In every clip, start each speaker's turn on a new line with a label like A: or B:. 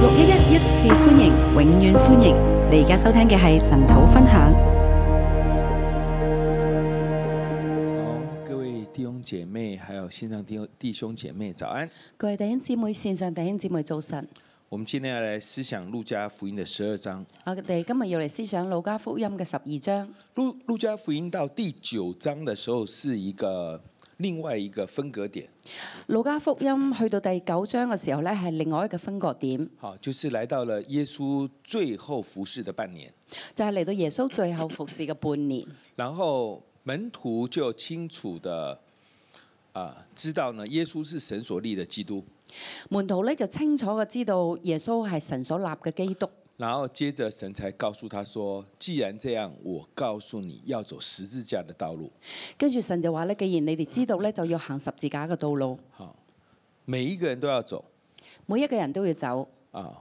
A: 六一一一次歡迎，永遠歡迎！你而家收聽嘅係神土分享。
B: 好，各位弟兄姐妹，还有线上弟兄弟兄姐妹，早安！
C: 各位弟兄姊妹，線上弟兄姊妹早晨，
B: 我们今天要来思想路加福音的十二章。
C: 我哋今日要嚟思想《路加福音》嘅十二章。
B: 路路加福音到第九章的时候，是一个另外一个分隔点，
C: 《路加福音》去到第九章嘅時候呢，係另外一個分割點，
B: 好，就是来到了耶穌最后服侍的半年，
C: 就係嚟到耶穌最後服侍嘅半年。
B: 然后门徒就清楚的啊、知道呢，耶穌是神所立的基督，
C: 門徒呢就清楚嘅知道耶穌係神所立嘅基督，
B: 然后接着神才告诉他说：“既然这样，我告诉你要走十字架的道路。
C: 跟住神就話呢：既然你哋知道呢，就要行十字架嘅道路，
B: 好，每一个人都要走
C: 每一個人都要走。
B: 啊。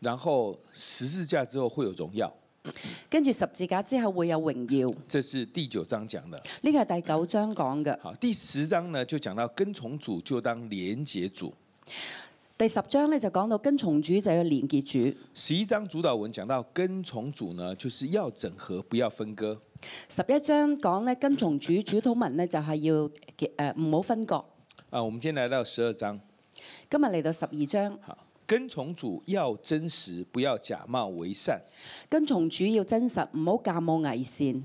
B: 然后十字架之后会有荣耀，
C: 跟住十字架之後會有榮耀，
B: 这是第九章讲的。
C: 呢個係第九章講嘅。
B: 好，第十章呢就讲到跟从主就当廉洁主，
C: 第十章呢就講到跟從主就要連結主。
B: 十一章主导文讲到跟从主呢就是要整合，不要分割。
C: 十一章講咧跟從主主禱文咧就係要誒唔好分割。
B: 啊，我们今天来到十二章，
C: 今日嚟到十二章，
B: 好，跟从主要真实，不要假冒为善。
C: 跟從主要真實，唔好假冒偽善。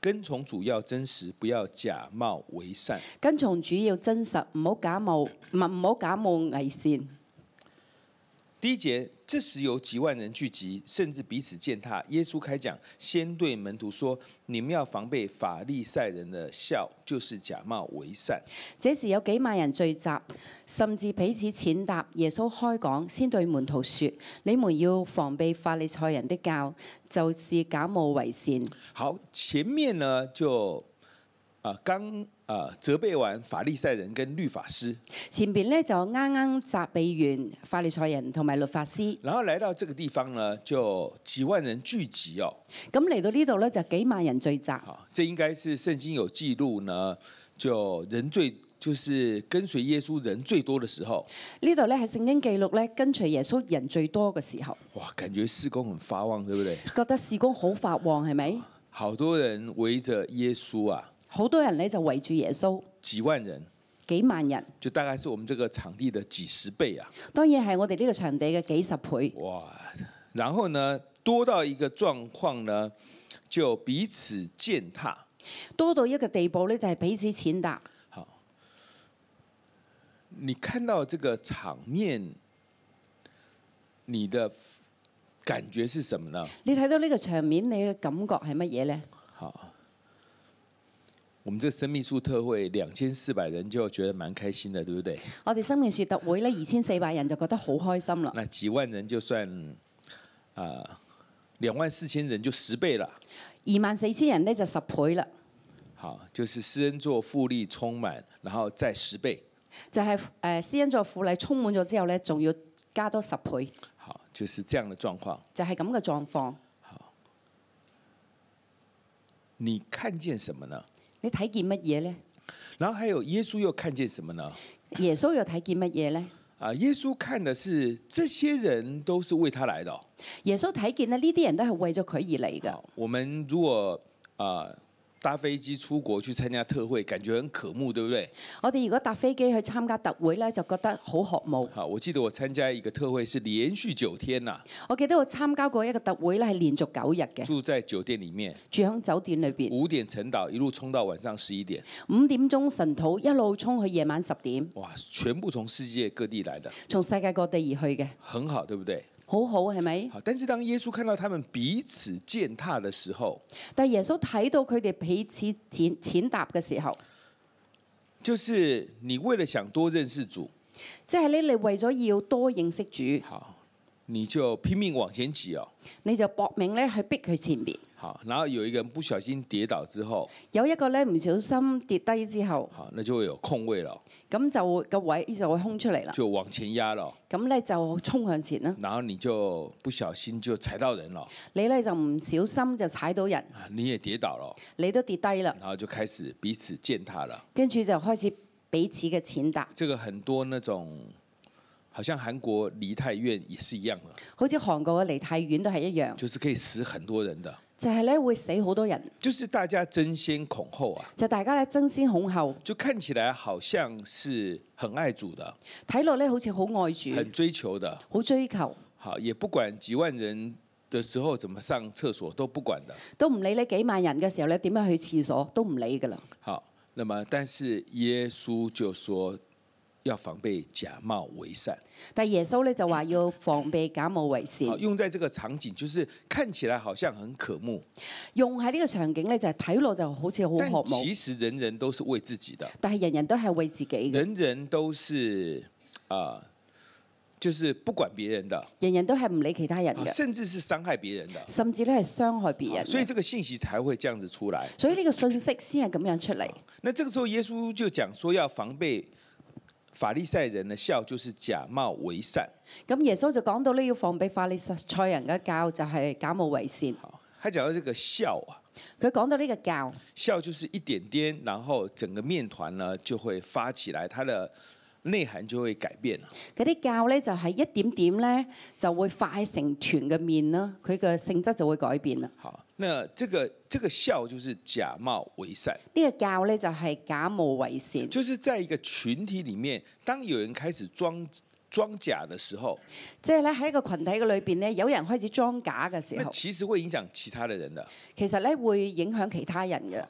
B: 跟从主要真实，不要假冒为善。
C: 跟從主要真實，唔好假冒唔係唔好假冒偽善。
B: 第一节，这时有几万人聚集，甚至彼此践踏。耶稣开讲，先对门徒说：“你们要防备法利赛人的笑，就是假冒为善。
C: 這時有幾萬人聚集，甚至彼此踐踏。耶穌開講，先對門徒說：你們要防備法利賽人的教，就是假冒為善。”
B: 好，前面呢就啊、呃刚啊、呃责备完法利赛人跟律法师，
C: 前邊呢就啱啱責備完法利賽人同埋律法師。
B: 然后来到这个地方呢，就几万人聚集哦。
C: 咁嚟到呢度呢，就幾萬人聚集。
B: 好，这应该是圣经有记录呢，就人最就是跟随耶稣人最多的时候。
C: 呢度咧係聖經記錄咧，跟隨耶穌人最多嘅時候，
B: 哇，感觉事工很发旺，对不对？
C: 覺得事工好發旺係咪？
B: 好多人围着耶稣啊，
C: 好多人咧就圍住耶穌，
B: 几万人，
C: 幾萬人，
B: 就大概是我们这个场地的几十倍啊！
C: 當然係我哋呢個場地嘅幾十倍。
B: 哇，然后呢，多到一个状况呢，就彼此践踏。
C: 多到一個地步咧，就係彼此踐踏。
B: 好，你看到这个场面，你的感觉是什么呢？
C: 你睇到呢個場面，你嘅感覺係乜嘢呢？
B: 好，我们这生命树特会两千四百人就觉得蛮开心的，对不对？
C: 我哋生命樹特會呢，二千四百人就覺得好開心啦。
B: 那几万人就算啊，两、万四千人就十倍了。
C: 二萬四千人呢，就十倍啦，
B: 好，就是施恩座复利充满，然后再十倍。
C: 就係、呃施恩座婦禮充滿咗之後呢，仲要加多十倍，
B: 好，就是这样的状况。
C: 就係咁嘅狀況。
B: 你看见什么呢？
C: 你睇見乜嘢呢？
B: 然后还有耶稣又看见什么呢？
C: 耶穌又睇見乜嘢呢？
B: 啊，耶稣看的是这些人都是为他来的、哦。
C: 耶穌睇見咧，呢啲人都係為咗佢而嚟嘅。
B: 好，我们如果啊、搭飞机出国去参加特会，感觉很渴慕，对不对？
C: 我哋如果搭飛機去參加特會呢，就覺得好渴慕。
B: 好，我记得我参加一个特会是连续九天呐、
C: 我記得我參加過一個特會呢係連續九日嘅，
B: 住在酒店里面，
C: 住喺酒店裏邊，
B: 五點晨祷一路冲到晚上十一点，
C: 五點鐘晨禱一路衝去夜晚十點，
B: 哇，全部从世界各地来的，
C: 從世界各地而去嘅，
B: 很好，对不对？
C: 好好係咪？
B: 好，但是当耶稣看到他们彼此践踏的时候，
C: 但係耶穌睇到佢哋彼此踐踐踏嘅時候，
B: 就是你为了想多认识主，
C: 即係咧你為咗要多認識主，
B: 好，你就拼命往前挤哦。
C: 你就搏命咧去逼佢前面。
B: 好，然后有一个人不小心跌倒之后，
C: 有一個咧唔小心跌低之後，
B: 好，那就会有空位了，
C: 咁就個位就會空出嚟啦。
B: 就往前压了，
C: 咁咧就衝向前啦。
B: 然后你就不小心就踩到人了，
C: 你咧就唔小心就踩到人，
B: 啊，你也跌倒了，
C: 你都跌低啦，
B: 然後就開始彼此踐踏了。
C: 跟住就開始彼此嘅踐踏。
B: 这个很多那种好像韩国梨泰院也是一样的，
C: 好似韓國嘅離太遠都係一樣，
B: 就是可以死很多人的，
C: 就係、咧會死好多人，
B: 就是大家争先恐后啊，
C: 就大家咧爭先恐後，
B: 就看起来好像是很爱主的，
C: 睇落咧好似好愛主，
B: 很追求的，
C: 好追求，
B: 好也不管几万人的时候怎么上厕所都不管的，
C: 都唔理呢幾萬人嘅時候咧點樣去廁所都唔理㗎啦。
B: 好，那么但是耶稣就说要防备假冒为善，
C: 但耶穌咧就話要防備假冒為善
B: 好，用在这个场景就是看起来好像很渴慕，
C: 用喺呢個場景咧就係睇落就好似好
B: 但
C: 渴慕
B: 其，实人人都是为自己的，
C: 但係人人都係為自己嘅，
B: 人人都是啊、就是不管别人的，
C: 人人都係唔理其他人
B: 啊
C: 嘅，
B: 甚至是伤害别人的，
C: 甚至咧係傷害別
B: 啊
C: 人
B: 所以
C: 嘅。
B: 这个信息才会这样子出来。
C: 所以呢個信息先係咁樣出嚟。
B: 那这个时候，耶稣就讲说要防备法利赛人的笑，就是假冒为善。
C: 咁耶穌就講到咧要防備法利賽人嘅教就係假冒為善。
B: 好，他讲到这个笑啊，
C: 佢講到呢個教，
B: 笑就是一点点，然后整个面团呢就会发起来，它的内涵就会改变了。
C: 嗰啲教咧就係一點點咧就會化成團嘅面啦，佢嘅性質就會改變啦。
B: 好，那这个这个笑就是假冒为善，
C: 呢、個教咧就係假冒為善，
B: 就是在一个群体里面，当有人开始装装假的时候，
C: 即係咧喺一個群體嘅裏邊咧，有人開始裝假嘅時
B: 那
C: 候，
B: 其实会影响其他的人的，
C: 其實咧會影響其他人嘅，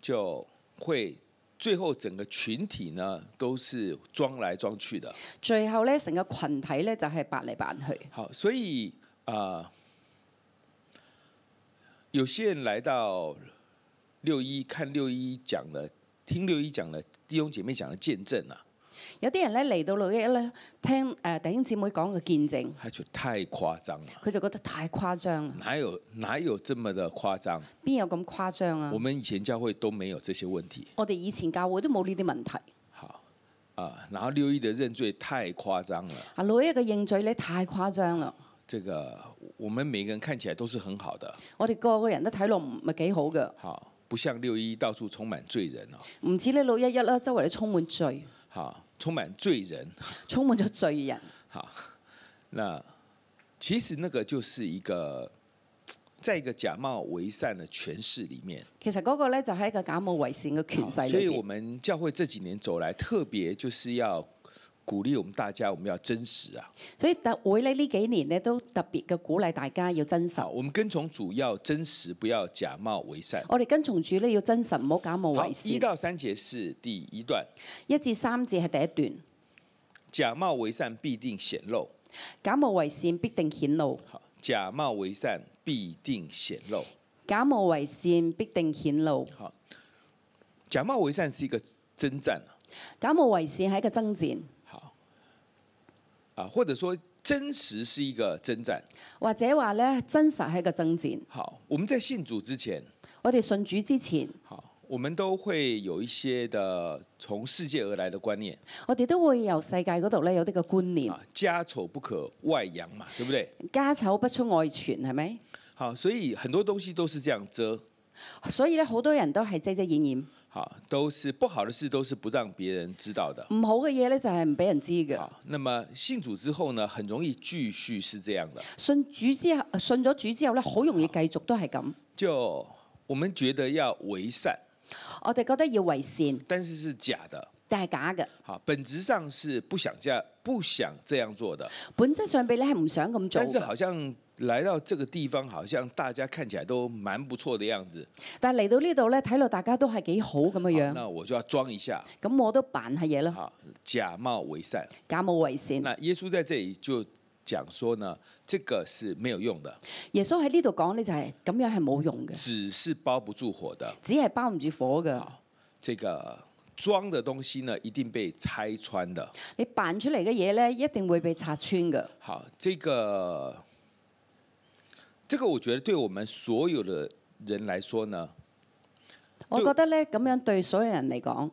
B: 就会最后整个群体呢都是装来装去的。
C: 最後咧成個群體咧就係扮嚟扮去。
B: 好，所以啊、呃有些人来到六一看六一讲的，听六一讲的弟兄姐妹讲的见证啊，
C: 有啲人咧嚟到六一一咧聽誒、呃弟兄姊妹講嘅見證，
B: 他就太誇張了，
C: 佢就覺得太誇張啦，
B: 哪有哪有这么的夸张？
C: 邊有咁誇張啊
B: 我？们以前教會都没有这些问题。
C: 我哋以前教會都冇呢啲問題。
B: 好啊、然后六一的认罪太夸张了，
C: 啊，老一嘅認罪咧太誇張啦！
B: 这个我们每个人看起来都是很好的，
C: 我哋個個人都睇落唔係幾好嘅，
B: 好，不像六一到处充滿罪人哦，
C: 唔似你老一一啦，周圍都充滿罪，
B: 好，充滿罪人，
C: 充滿咗罪人。
B: 好，那其实那个就是一个，在一个假冒为善的诠释里面，
C: 其實嗰個咧就係一個假冒為善嘅權
B: 好
C: 勢
B: 啊所以
C: 裏
B: 我
C: 邊。
B: 们教会这几年走来，特别就是要鼓励我们大家，我们要真实啊，
C: 所以特會咧呢幾年咧都特別嘅鼓勵大家要真
B: 好，
C: 實。
B: 我们跟从主要真实，不要假冒为善。
C: 我哋跟從主咧要真實，唔好假冒
B: 好
C: 為，
B: 一
C: 善。
B: 到三节是第一段，
C: 一至三節係第一段，
B: 假冒为善必定显露。
C: 假冒為善必定顯露，
B: 好，假冒为善必定显露。
C: 假冒為善必定顯露。
B: 好，假冒为善是一个征战啊。
C: 假冒為善係一個爭戰，
B: 好，啊，或者说真实是一个征战。
C: 或者話咧真實係一個爭戰。
B: 好，我们在信主之前，
C: 我哋信主之前。
B: 好，我们都会有一些的从世界而来的观念
C: 我哋都會由世界嗰度咧有啲嘅觀念，
B: 啊，家丑不可外扬嘛，对不对？
C: 家醜不出外傳，係咪？
B: 好，所以很多东西都是这样遮。啊
C: 所以咧，好多人都係遮遮掩掩，
B: 好，都是不好的事，都是不让别人知道的。
C: 唔好嘅嘢咧就係唔俾人知嘅。
B: 好，那么信主之后呢，很容易继续是这样的。
C: 信主之後，信咗主之後咧，好容易繼續都係咁。
B: 就我们觉得要为善，
C: 我哋覺得要為善，
B: 但是是假的。
C: 但係假嘅，
B: 好，本质上是不想这样不想这样做的，
C: 本質上邊咧係唔想咁做
B: 但是
C: 嘅。
B: 好像来到这个地方，好像大家看起来都蛮不错的样子。
C: 但係嚟到呢度咧，睇落大家都係幾好咁嘅
B: 好
C: 樣，
B: 那我就要装一下，
C: 咁我都扮下嘢啦，
B: 好，假冒为善。
C: 假冒為善。
B: 那耶稣在这里就讲说呢，这个是没有用的，
C: 耶穌喺呢度講咧就係咁樣係冇用嘅，
B: 只是包不住火的。
C: 只係包唔住火嘅。
B: 啊这个装的东西呢，一定被拆穿的。
C: 你扮出嚟嘅嘢咧，一定會被拆穿嘅。
B: 好，这个这个，我觉得对我们所有的人来说呢，
C: 我覺得咧咁樣對所有人嚟講，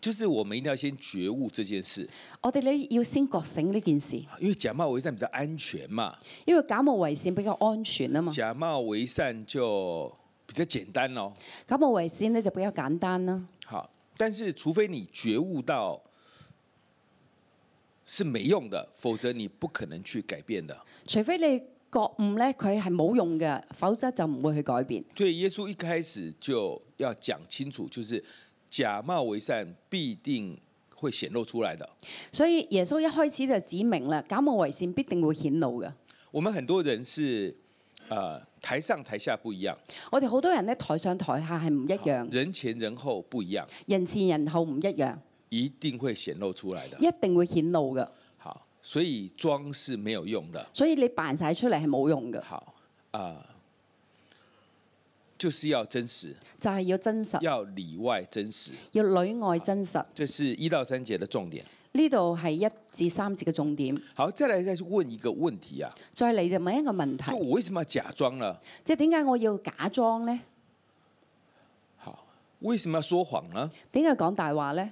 B: 就是我们一定要先觉悟这件事，
C: 我哋咧要先覺醒呢件事，
B: 因为假冒为善比较安全嘛，
C: 因為假冒為善比較安全啊嘛，
B: 假冒为善就比较简单哦。
C: 假冒為善咧就比較簡單啦。
B: 好，但是除非你觉悟到是没用的，否则你不可能去改变的。
C: 除非你覺悟咧，佢係冇用嘅，否則就唔會去改變。
B: 对，耶稣一开始就要讲清楚，就是假冒为善必定会显露出来的。
C: 所以耶穌一開始就指明啦，假冒為善必定會顯露嘅。
B: 我们很多人是呃台上台下不一样，
C: 我哋好多人咧台上台下係唔一樣，
B: 人前人后不一样，
C: 人前人後唔一樣，
B: 一定会显露出来的。
C: 一定會顯露嘅。
B: 好，所以装是没有用的。
C: 所以你扮晒出嚟係冇用嘅，
B: 好啊、呃就是要真实，
C: 就係、要真實，
B: 要里外真实，
C: 要裏外真實。
B: 这是一到三节的重点。
C: 呢度係一至三節嘅重點。
B: 好，再来再去问一个问题啊，
C: 再嚟就問一個問
B: 就
C: 題，
B: 我为什么要假装呢？
C: 即係點解我要假裝呢？
B: 好，为什么要说谎呢？
C: 點解講大話呢？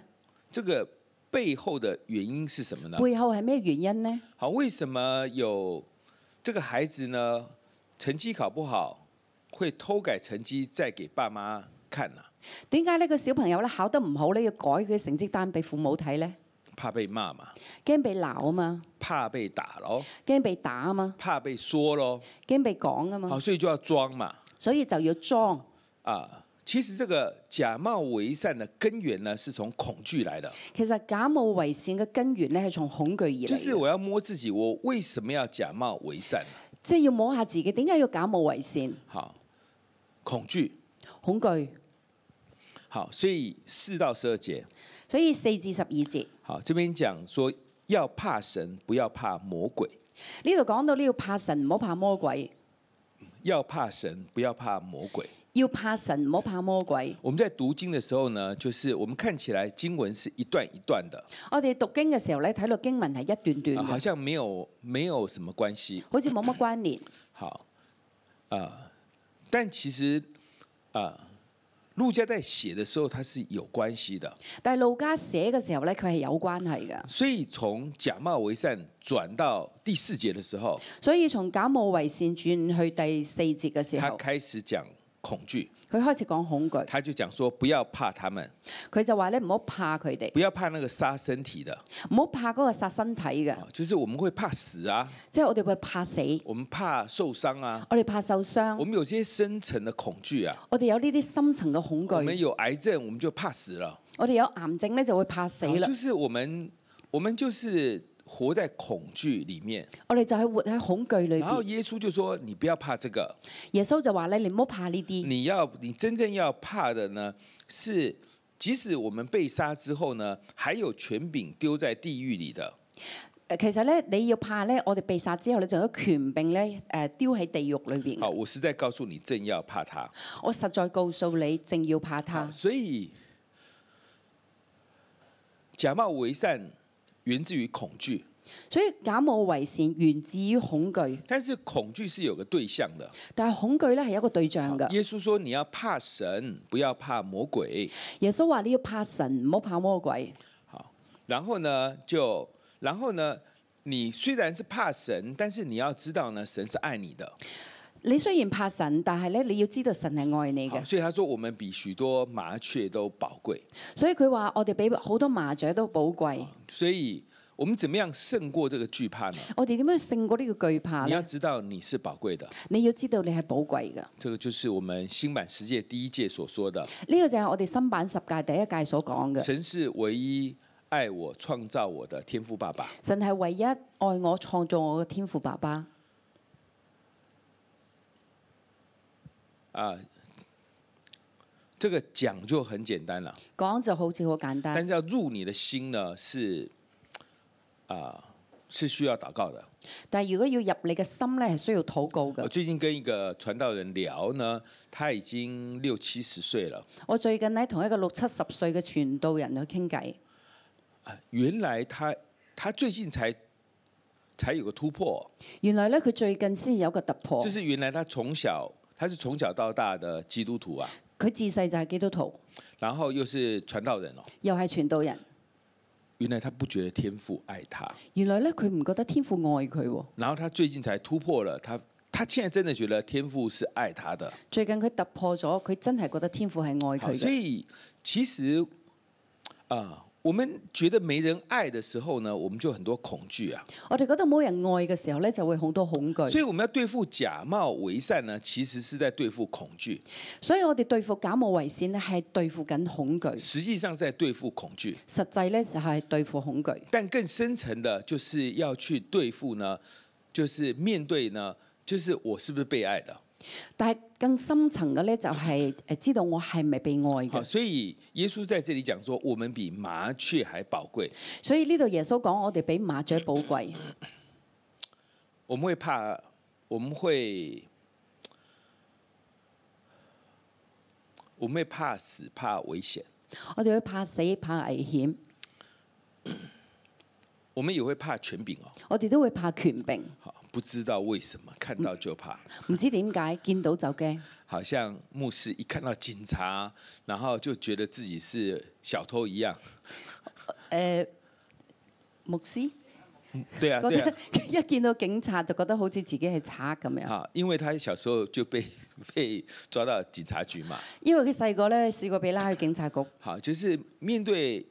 B: 这个背后的原因是什么呢？
C: 背後係咩原因呢？
B: 好，为什么有这个孩子呢？成绩考不好，会偷改成绩再给爸妈看啊呢、
C: 點解呢個小朋友咧考得唔好咧，要改佢嘅成績單俾父母睇呢？
B: 怕被骂嘛，
C: 驚被鬧啊嘛，
B: 怕被打咯，
C: 驚被打啊嘛，
B: 怕被说咯，
C: 驚被講啊
B: 好，
C: 嘛，
B: 所以就要装嘛。
C: 所以就要裝。
B: 啊，其实这个假冒为善的根源呢，是从恐惧来的，
C: 其實假冒為善嘅根源咧係從恐懼而嚟
B: 就是
C: 嘅，
B: 我要摸自己，我为什么要假冒为善呢？
C: 即係要摸下自己點解要假冒為善？
B: 好，恐惧，
C: 恐懼。
B: 好，所以四到十二节，
C: 所以四至十二節
B: 好，这边讲说要怕神，不要怕魔鬼。
C: 呢度講到呢要怕神，唔好怕魔鬼。
B: 要怕神，不要怕魔鬼。
C: 要怕神，唔好怕魔鬼。
B: 我们在读经的时候呢，就是我们看起来经文是一段一段的，
C: 我哋讀經嘅時候咧，睇到經文係一段
B: 啊
C: 段
B: 好
C: 嘅，
B: 像没有没有什么关系。
C: 好似冇乜關聯。
B: 好，啊、但其实啊、路加在写的时候，它是有关系的。
C: 但係路加寫嘅時候咧，佢係有關係嘅。
B: 所以从假冒为善转到第四节的时候，
C: 所以從假冒為善轉去第四節嘅時
B: 他
C: 候，
B: 开始讲恐惧，
C: 佢開始講恐懼，
B: 他就讲说不要怕他们，
C: 佢就話咧唔好怕佢哋，
B: 不要怕那个杀身体的
C: 唔好怕嗰個殺身體嘅，
B: 啊，就是我们会怕死啊，
C: 即係我哋會怕死，
B: 我们怕受伤啊，
C: 我哋怕受
B: 我
C: 傷，
B: 们有些深层的恐惧啊，
C: 我哋有呢啲深層嘅恐
B: 我们
C: 懼，
B: 有癌症，我们就怕死了，
C: 我哋有癌症咧就會怕死啦
B: 就，是我们我们就是活在恐惧里面。
C: 我哋就係活喺恐懼裏
B: 然后
C: 邊。
B: 耶穌就说：“你不要怕这个，
C: 耶穌就話咧，你唔好怕呢啲，
B: 你要你真正要怕的呢是。”即使我们被杀之后呢，还有权柄丢在地狱里的，
C: 誒其實咧你要怕咧，我哋被殺之後，你仲有權柄咧誒丟喺地獄裏邊
B: 好，
C: 嘅。
B: 我是在告訴你，正要怕他。
C: 我實在告訴你，正要怕他
B: 好，。所以假冒为善源自于恐惧，
C: 所以假冒為善源自於恐懼。
B: 但是恐惧是有个对象的，
C: 但係恐懼咧係一個對象㗎。
B: 啊耶穌说：“你要怕神，不要怕魔鬼。
C: 耶穌話：你要怕神，唔好怕魔鬼。”
B: 然后呢，就然后呢，你虽然是怕神，但是你要知道呢，神是爱你的。
C: 你雖然怕神，但係咧你要知道神係愛你
B: 好
C: 嘅。
B: 所以他说，我们比许多麻雀都宝贵。
C: 所以佢話：我哋比好多麻雀都寶貴。
B: 所以我们怎么样胜過這個惧怕呢？
C: 我哋點樣勝過呢個懼怕
B: 你要
C: 呢？
B: 知道你是寶貴的，
C: 你要知道你係寶貴㗎。呢、
B: 这个就是我们新版世界第一届所说的，
C: 個就係我哋新版十屆第一屆所講嘅。
B: 神是唯一爱我、创造我的天父爸爸。
C: 神係唯一愛我、創造我嘅天父爸爸。
B: 啊这个讲就很簡單了。
C: 講就好似好簡
B: 但
C: 單，
B: 是要入你的心呢，是啊、是需要祷告的。
C: 但係如果要入你嘅心咧，係需要禱告
B: 我
C: 嘅。
B: 最近跟一个传道人聊呢，他已经六七十岁了
C: 我最近咧同一個六七十歲嘅傳道人去傾偈。
B: 啊，原来他他最近才才有个突破，
C: 原來咧，佢最近先有個突破
B: 就，是原来他从小他是从小到大的基督徒啊，
C: 佢自細就係基督徒，
B: 然后又是传道人哦。
C: 又係傳道人。
B: 原来他不觉得天父爱他，
C: 原來咧，佢唔覺得天父愛佢喎。
B: 然后他最近才突破了，他他现在真的觉得天父是爱他的。
C: 最近佢突破咗，佢真係覺得天父係愛
B: 好，
C: 佢
B: 所
C: 嘅。
B: 以其实啊、我们觉得没人爱的时候呢，我们就很多恐惧啊。
C: 我哋覺得冇人愛嘅時候咧，就會好多恐
B: 所
C: 懼。
B: 以我们要對付假冒為善呢，其實是在對付恐懼，
C: 所以我哋對付假冒為善咧，係對付緊恐懼，
B: 實際上是在對付恐懼。
C: 實際咧就係對付恐懼。
B: 但更深層的，就是要去對付呢，就是面對呢，就是我是不是被愛的？
C: 但係更深層嘅咧，就係誒知道我係咪被愛
B: 好，
C: 嘅。
B: 所以耶穌在這裡講說，我們比麻雀還寶貴。
C: 所以呢度耶穌講我哋比麻雀寶貴，
B: 我們會怕，我們會，我們會怕死，怕危險，
C: 我哋會怕死、怕危險，
B: 我們也會怕權柄哦。
C: 我哋都會怕權柄，
B: 好，不知道為什麼看到就怕，
C: 唔知點解見到就驚。
B: 好像牧師一看到警察，然後就覺得自己是小偷一樣。
C: 誒呃牧師
B: 對啊，
C: 覺
B: 對啊啊
C: 得，一見到警察就覺得好似自己係賊咁樣，
B: 好，因為他小時候就被 被抓到警察局嘛。
C: 因為佢細個咧試過被拉去警察局。
B: 好，就是面對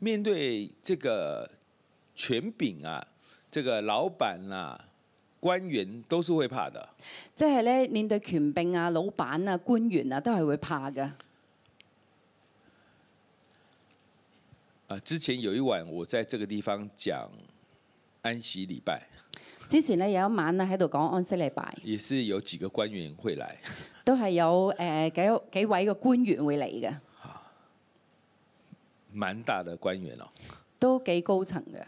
B: 面對這個權柄啊，這個老闆啊，官員都是會怕的。
C: 即係咧，面對權柄啊、老闆啊、官員啊，都係會怕嘅。
B: 啊，之前有一晚我在這個地方講安息禮拜，
C: 之前咧有一晚咧喺度講安息禮拜，
B: 也是有幾個官員會來。
C: 都係有誒、呃、幾幾位嘅官員會嚟嘅，
B: 蠻大的官員哦，
C: 都幾高層嘅，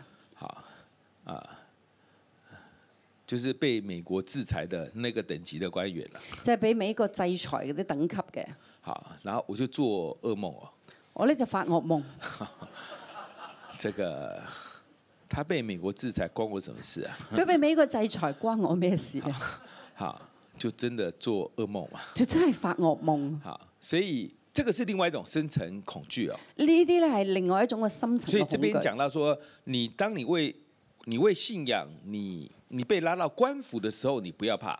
B: 就是被美國制裁的那個等級的官員了。
C: 即係俾美國制裁嗰啲等級嘅。
B: 好，然後我就做噩夢哦，
C: 我咧就發惡夢，
B: 這個他被美國制裁關我什麼事啊？
C: 佢俾美國制裁關我咩事 啊？
B: 好，就真的做噩夢嘛。
C: 就真係發惡夢。呢
B: 好，所以這個是另外一種深層恐懼哦。
C: 啲咧係另外一種嘅深層
B: 所以
C: 嘅
B: 這
C: 恐
B: 邊
C: 懼。
B: 講到說，你當你為你為信仰，你你被拉到官府的時候，你不要怕，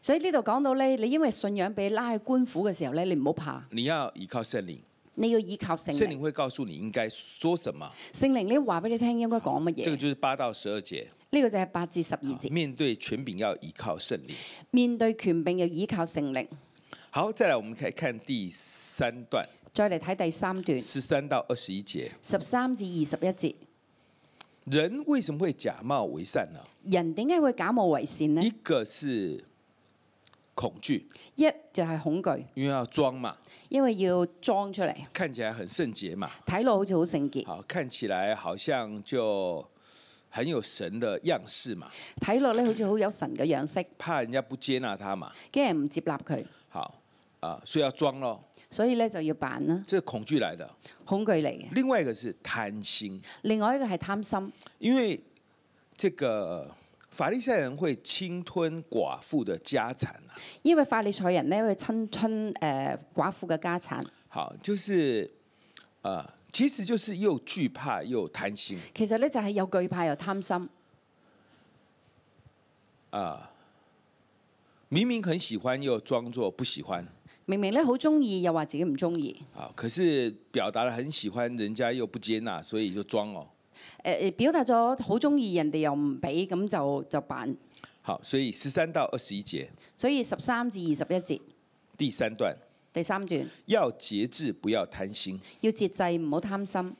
C: 所以呢度講到咧，你因為信仰被拉去官府嘅時候咧，你唔好怕，
B: 你要依靠聖靈，
C: 你要依靠聖
B: 聖
C: 靈
B: 靈。會告訴你應該說什麼。
C: 聖靈咧話俾你聽應該講乜
B: 這個
C: 嘢。
B: 就是八到十二節，
C: 呢個就係八至十二
B: 好
C: 節。
B: 面對權柄要依靠聖靈。
C: 面對權柄要倚靠聖靈。
B: 好，再來我們可以看第三段
C: 再嚟睇第三段，
B: 十三到二十一節，
C: 十三至二十一節，
B: 人為什麼會假冒為善呢？
C: 人點解會假冒為善呢
B: 一？個是恐懼，
C: 一就係恐懼，
B: 因為要裝嘛，
C: 因為要裝出嚟，
B: 看起來很聖潔嘛，
C: 睇落好似好聖潔，
B: 好看起來好像就很有神的樣式嘛，
C: 睇落咧好似好有神嘅樣式，
B: 怕人家不接納他嘛，
C: 驚人唔接納佢，
B: 好啊，所以要裝咯，
C: 所以咧就要扮啦，
B: 這是恐懼來的。
C: 恐懼嚟嘅。
B: 另外一個是貪心，
C: 另外一個係貪心，
B: 因為這個法利賽人會侵吞寡婦的家產啊，
C: 因為法利賽人咧會侵吞誒、呃寡婦嘅家產，
B: 好，就是呃，其實就是又懼怕又貪心
C: 其實咧就係又懼怕又貪心，
B: 啊、明明很喜歡又裝作不喜歡。
C: 明明咧好中意又話自己唔中意，
B: 啊，可是表達了很喜歡，人家又不接納，所以就裝哦。
C: 誒誒表達咗好中意，人哋又唔俾，咁就就扮。
B: 好，所以十三到二十一節
C: 所以十三至二十一節
B: 第三段
C: 第三段
B: 要節制，不要貪心。
C: 要節制，唔好貪心。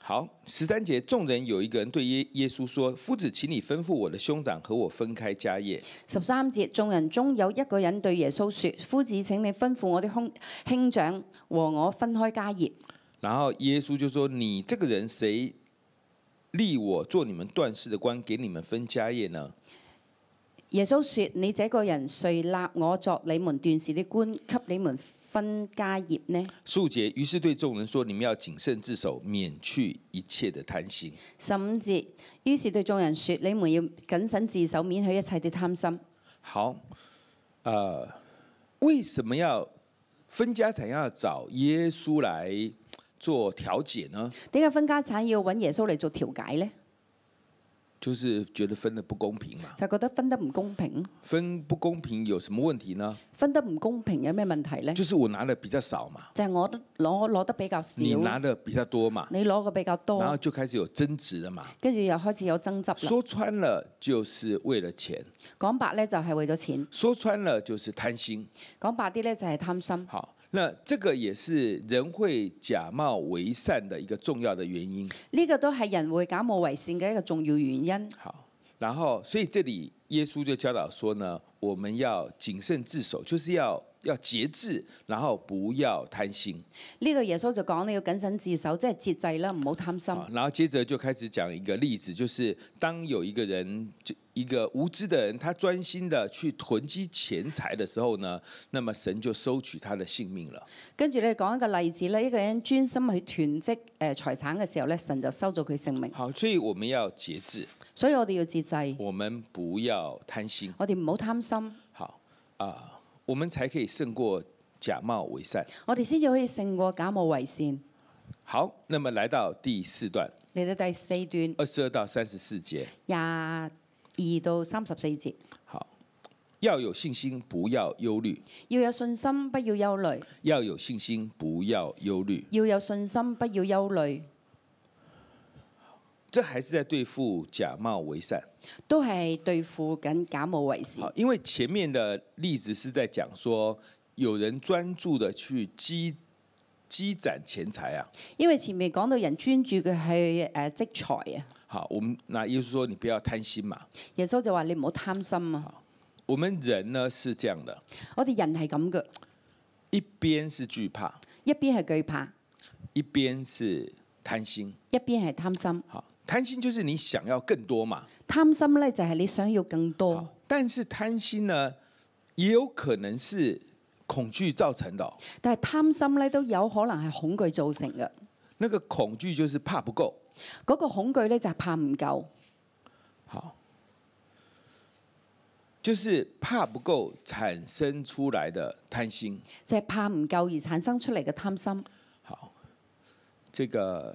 B: 好，十三節眾人有一個人對耶耶穌說：“夫子，請你吩咐我的兄長和我分開家業。
C: 十三節眾人中有一個人對耶穌說：夫子，請你吩咐我的兄兄長和我分開家業。”
B: 然後耶穌就說：“你這個人誰立我做你們斷事的官，給你們分家業呢
C: 耶穌說：你這個人，誰立我作你們斷事的官，給你們分家業呢？？”
B: 十五節，於是對眾人說：“你們要謹慎自守，免去一切的貪心。”
C: 十五節，於是對眾人說：你們要謹慎自守，免去一切的貪心。
B: 好，呃，为什么要分家产要找耶稣来做调解呢？
C: 點解分家產要揾耶穌嚟做調解呢？
B: 就是觉得分的不公平嘛。
C: 就覺得分得唔公平。
B: 分不公平有什么问题呢？
C: 分得唔公平有咩問題呢？
B: 就是我拿的比较少嘛，
C: 就係我攞我攞得比較少，
B: 你
C: 你
B: 拿的比较多嘛，
C: 攞嘅比較
B: 然后
C: 多，
B: 就开始有争执了嘛。
C: 跟住又開始有爭執啦。
B: 说穿了就是为了钱，
C: 講白呢，就係為咗錢，
B: 说穿了就是贪心。
C: 講白啲呢，就係貪心。
B: 好，那这个也是人会假冒为善的一个重要的原因。
C: 呢、個都係人會假冒為善嘅一個重要原因。
B: 好，然后所以这里耶稣就教导说呢，我们要谨慎自守，就是要要节制，然后不要贪心。
C: 呢度耶穌就講你要謹慎自守，即係節制啦，唔好貪心。
B: 啊好，然后接着就开始讲一个例子，就是当有一个人就一个无知的人，他专心的去囤积钱财的时候呢，那么神就收取他的性命了。
C: 跟住你講一個例子咧，一個人專心去囤積誒財產嘅時候咧，神就收咗佢性命。
B: 好，所以我们要节制，
C: 所以我哋要節制，
B: 我们不要贪心。
C: 我哋唔好貪心，
B: 好啊、我们才可以胜过假冒为善。
C: 我哋先至可以勝過假冒為善。
B: 好，那么来到第四段
C: 嚟到第四段
B: 二十二到三十四节，
C: 廿二到三十四節，
B: 好，要有信心，不要忧虑；
C: 要有信心，不要憂慮；
B: 要有信心，不要忧虑。
C: 要有信心，不要憂慮。
B: 这还是在对付假冒为善。
C: 都係對付緊假冒為善
B: 好，，因为前面的例子是在讲说，有人专注的去积积攒钱财啊。
C: 因為前面講到人專注嘅係誒積財啊，
B: 好，我们那耶稣说你不要贪心嘛。
C: 耶穌就話你唔好貪心啊。
B: 我们人呢是这样的，
C: 我哋人係咁嘅，
B: 一边是惧怕，
C: 一邊係懼怕，
B: 一边是贪心。
C: 一邊係貪心。
B: 好，贪心就是你想要更多嘛。
C: 貪心咧就係你想要更多，
B: 好，但是贪心呢，也有可能是恐惧造成的哦、
C: 但係貪心咧都有可能係恐懼造成嘅。
B: 那个恐惧就是怕不够。
C: 嗰、個恐懼咧就係怕唔夠，
B: 好，就是怕不够产生出来的贪心。
C: 就係、怕唔夠而產生出嚟嘅貪心。
B: 好，这个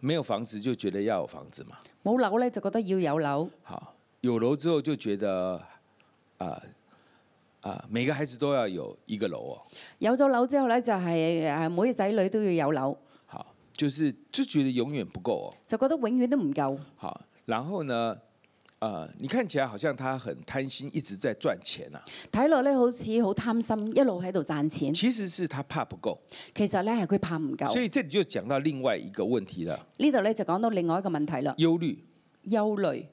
B: 没有房子就觉得要有房子嘛。
C: 冇樓咧就覺得要有樓，
B: 好，有楼之后就觉得啊啊、每个孩子都要有一个楼哦。
C: 有咗樓之後咧就係、誒每個仔女都要有樓，
B: 好，就是就觉得永远不够哦。
C: 就覺得永遠都唔夠。
B: 好，然后呢，呃，你看起来好像他很贪心，一直在赚钱啊，
C: 睇落咧好似好貪心，一路喺度賺錢，
B: 其实是他怕不够。
C: 其實咧係佢怕唔
B: 所
C: 夠。
B: 以这里就講到另外一個問題了，
C: 呢度咧就講到另外一個問題啦，
B: 憂慮。
C: 憂慮。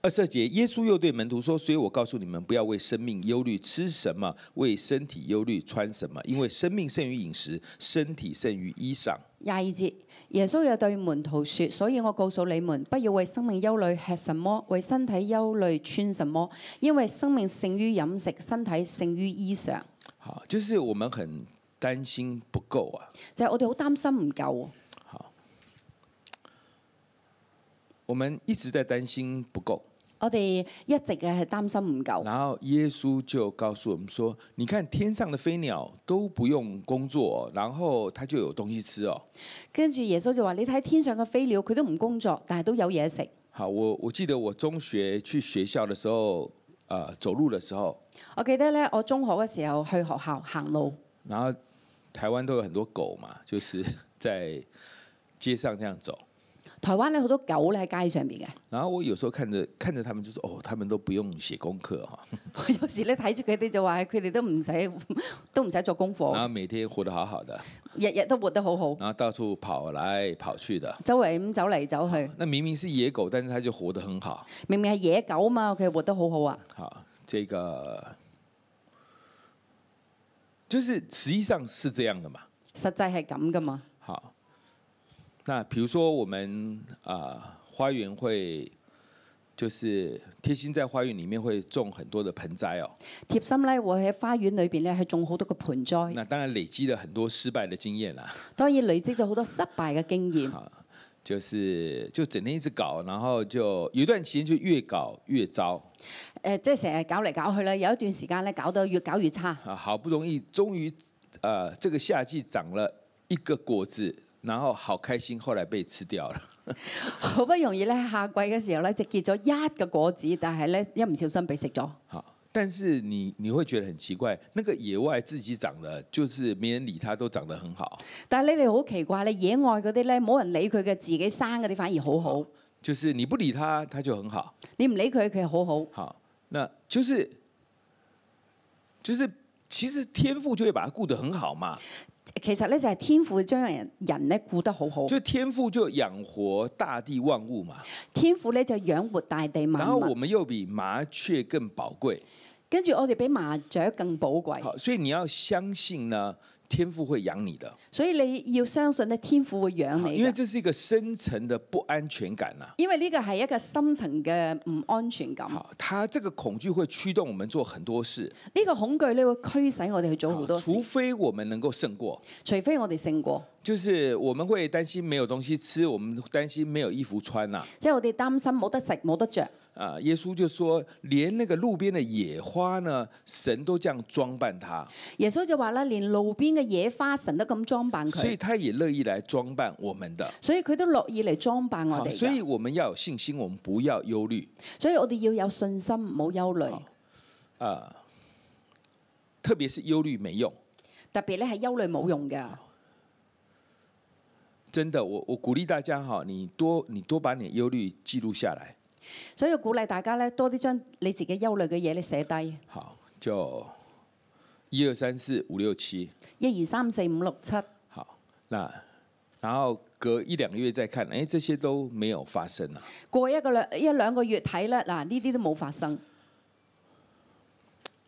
B: 二十二節，耶穌又對門徒說：“所以我告訴你們，不要為生命憂慮吃什麼，为身體憂慮穿什麼，因為生命胜于饮食，身體胜于衣裳。
C: 廿二節，耶穌又對門徒說：所以我告訴你們，不要為生命憂慮吃什麼，為身體憂慮穿什麼，因為生命勝於飲食，身體勝於衣裳。”
B: 好，就是我們很擔心不夠啊，
C: 就係、我哋好擔心唔夠喎，
B: 我們一直在擔心不夠。
C: 我哋一直嘅係擔心唔夠。
B: 然後耶穌就告訴我們說：你看天上的飛鳥都不用工作，然後它就有東西吃哦。
C: 跟住耶穌就話：你睇天上嘅飛鳥，佢都唔工作，但係都有嘢食。
B: 好，我我記得我中學去學校的時候，呃，走路的時候。”
C: 我記得咧，我中學嘅時候去學校行路，
B: 然后台湾都有很多狗嘛，就是在街上这样走。
C: 台灣咧好多狗咧喺街上邊嘅。
B: 然后我有时候看着看着他们，就说哦，他们都不用写功课哦哈，
C: 我有時咧睇住佢哋就話：佢哋都唔使都唔使做功
B: 然
C: 課，
B: 后每天活得好好的，
C: 日日都活得好好，
B: 然后到處跑來跑去的。
C: 周圍咁走嚟走去。
B: 那明明是野狗，但是它就活得很好。
C: 明明係野狗啊嘛，佢活得好好啊。
B: 好，这个就是实际上是这样的嘛。
C: 實際係咁噶嘛。
B: 好，那比如说我们啊、呃花园会就是贴心在花园里面会种很多的盆栽哦。
C: 貼心咧會喺花園裏邊咧係種好多個盆栽，
B: 那当然累积了很多失败的经验啦，
C: 當然累積咗好多失敗嘅經驗。
B: 就是就整天一直搞，然后就有一段时间就越搞越糟
C: 誒、即係成日搞嚟搞去啦。有一段時間咧，搞到越搞越差。
B: 啊，好不容易终于呃这个夏季长了一个果子，然后好开心，后来被吃掉了。
C: 好不容易咧夏季嘅時候咧，就結咗一個果子，但係咧一唔小心被食咗。
B: 好，但是你你会觉得很奇怪，那个野外自己长的，就是没人理它，都长得很好，
C: 但係你哋好奇怪咧，野外嗰啲咧冇人理佢嘅，自己生嗰啲反而好好。
B: 就是你不理它，它就很好。
C: 你唔理佢，佢係好好。
B: 好，那就是就是其实天赋就会把它顾得很好嘛，
C: 其實咧就係天父將人人咧顧得好好，
B: 就天赋就养活大地万物嘛。
C: 天父咧就養活大地
B: 然
C: 萬
B: 后我
C: 物。
B: 们又比麻雀更宝贵，
C: 跟住我哋比麻雀更寶貴，
B: 好，所以你要相信呢，天赋会养你的，
C: 所以你要相信咧，天父會養
B: 好
C: 你
B: 因為
C: 嘅。
B: 这是一個深層的不安全感呐、
C: 因為呢個係一個深層嘅唔安全感，呢、
B: 好，它这个恐懼會驅動我們做很多事，
C: 個恐懼咧會驅使我哋去做好多
B: 好
C: 事，
B: 除非我們能夠勝過。
C: 除非我哋勝過。
B: 就是我們會擔心沒有東西吃，我們擔心沒有衣服穿呐、啊。啊
C: 即係我哋擔心冇得食冇得着。
B: 耶穌就說，連那個路邊的野花呢，神都這樣裝扮它，
C: 耶穌就話啦，連路邊嘅野花神都咁裝扮
B: 所以
C: 佢，
B: 他也樂意來裝扮我們的。
C: 所以佢都樂意嚟裝扮我
B: 好
C: 哋
B: 所以
C: 㗎。
B: 我們要有信心，我們不要憂慮。
C: 所以我哋要有信心，唔好憂慮
B: 好。啊、特別是憂慮沒用。
C: 特別咧係憂慮冇用㗎。
B: 真的，我我鼓勵大家哈，你多你多把你的忧虑记录下来，
C: 所以我鼓勵大家咧，多啲將你自己憂慮嘅嘢你寫低，
B: 好，就一二三四五六七，
C: 一二三四五六七，
B: 好，那然后隔一两个月再看，哎，这些都没有发生啊。
C: 過一個兩一兩個月睇咧，嗱呢啲都冇發生。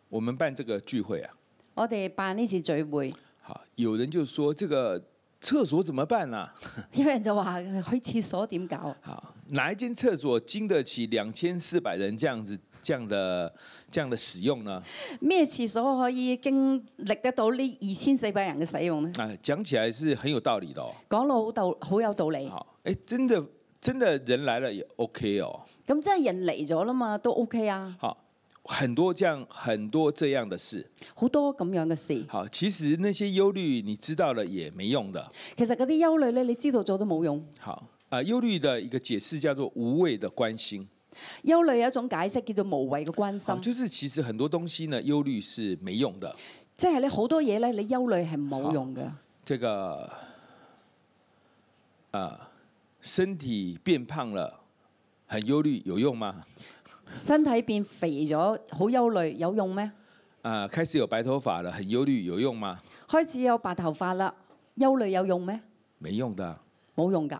B: 我们办这个聚会啊，
C: 我哋辦呢次 聚會，
B: 好，有人就说这个厕所怎么办啊？
C: 有人就話去廁所點搞？
B: 好，哪一间厕所经得起两千四百人这样子这样的这样的使用呢？
C: 咩廁所可以經歷得到呢二千四百人嘅使用呢？
B: 啊，讲起来是很有道理的哦。
C: 講到好道好有道理。
B: 好，哎，真的真的人来了也 OK 哦。
C: 咁即係人嚟咗啦嘛，都 OK 啊，
B: 好，很多这样很多这样的事。
C: 好多咁樣嘅事。
B: 好，其实那些忧虑你知道了也没用的。
C: 其實嗰啲憂慮咧，你知道咗都冇用。
B: 好啊、忧虑的一个解釋叫做无谓的关心。
C: 憂慮有一種解釋叫做無謂嘅關
B: 好，
C: 心，
B: 就是其实很多东西呢，忧虑是没用的。
C: 即係咧好多嘢咧，你憂慮係冇用嘅。
B: 这个啊、身体变胖了，很忧虑有用吗？
C: 身體變肥咗，好憂慮，有用咩？
B: 啊、开始有白头发了，很忧虑有用吗？
C: 開始有白頭髮啦，憂慮有用咩？
B: 没用的啊。
C: 冇用㗎。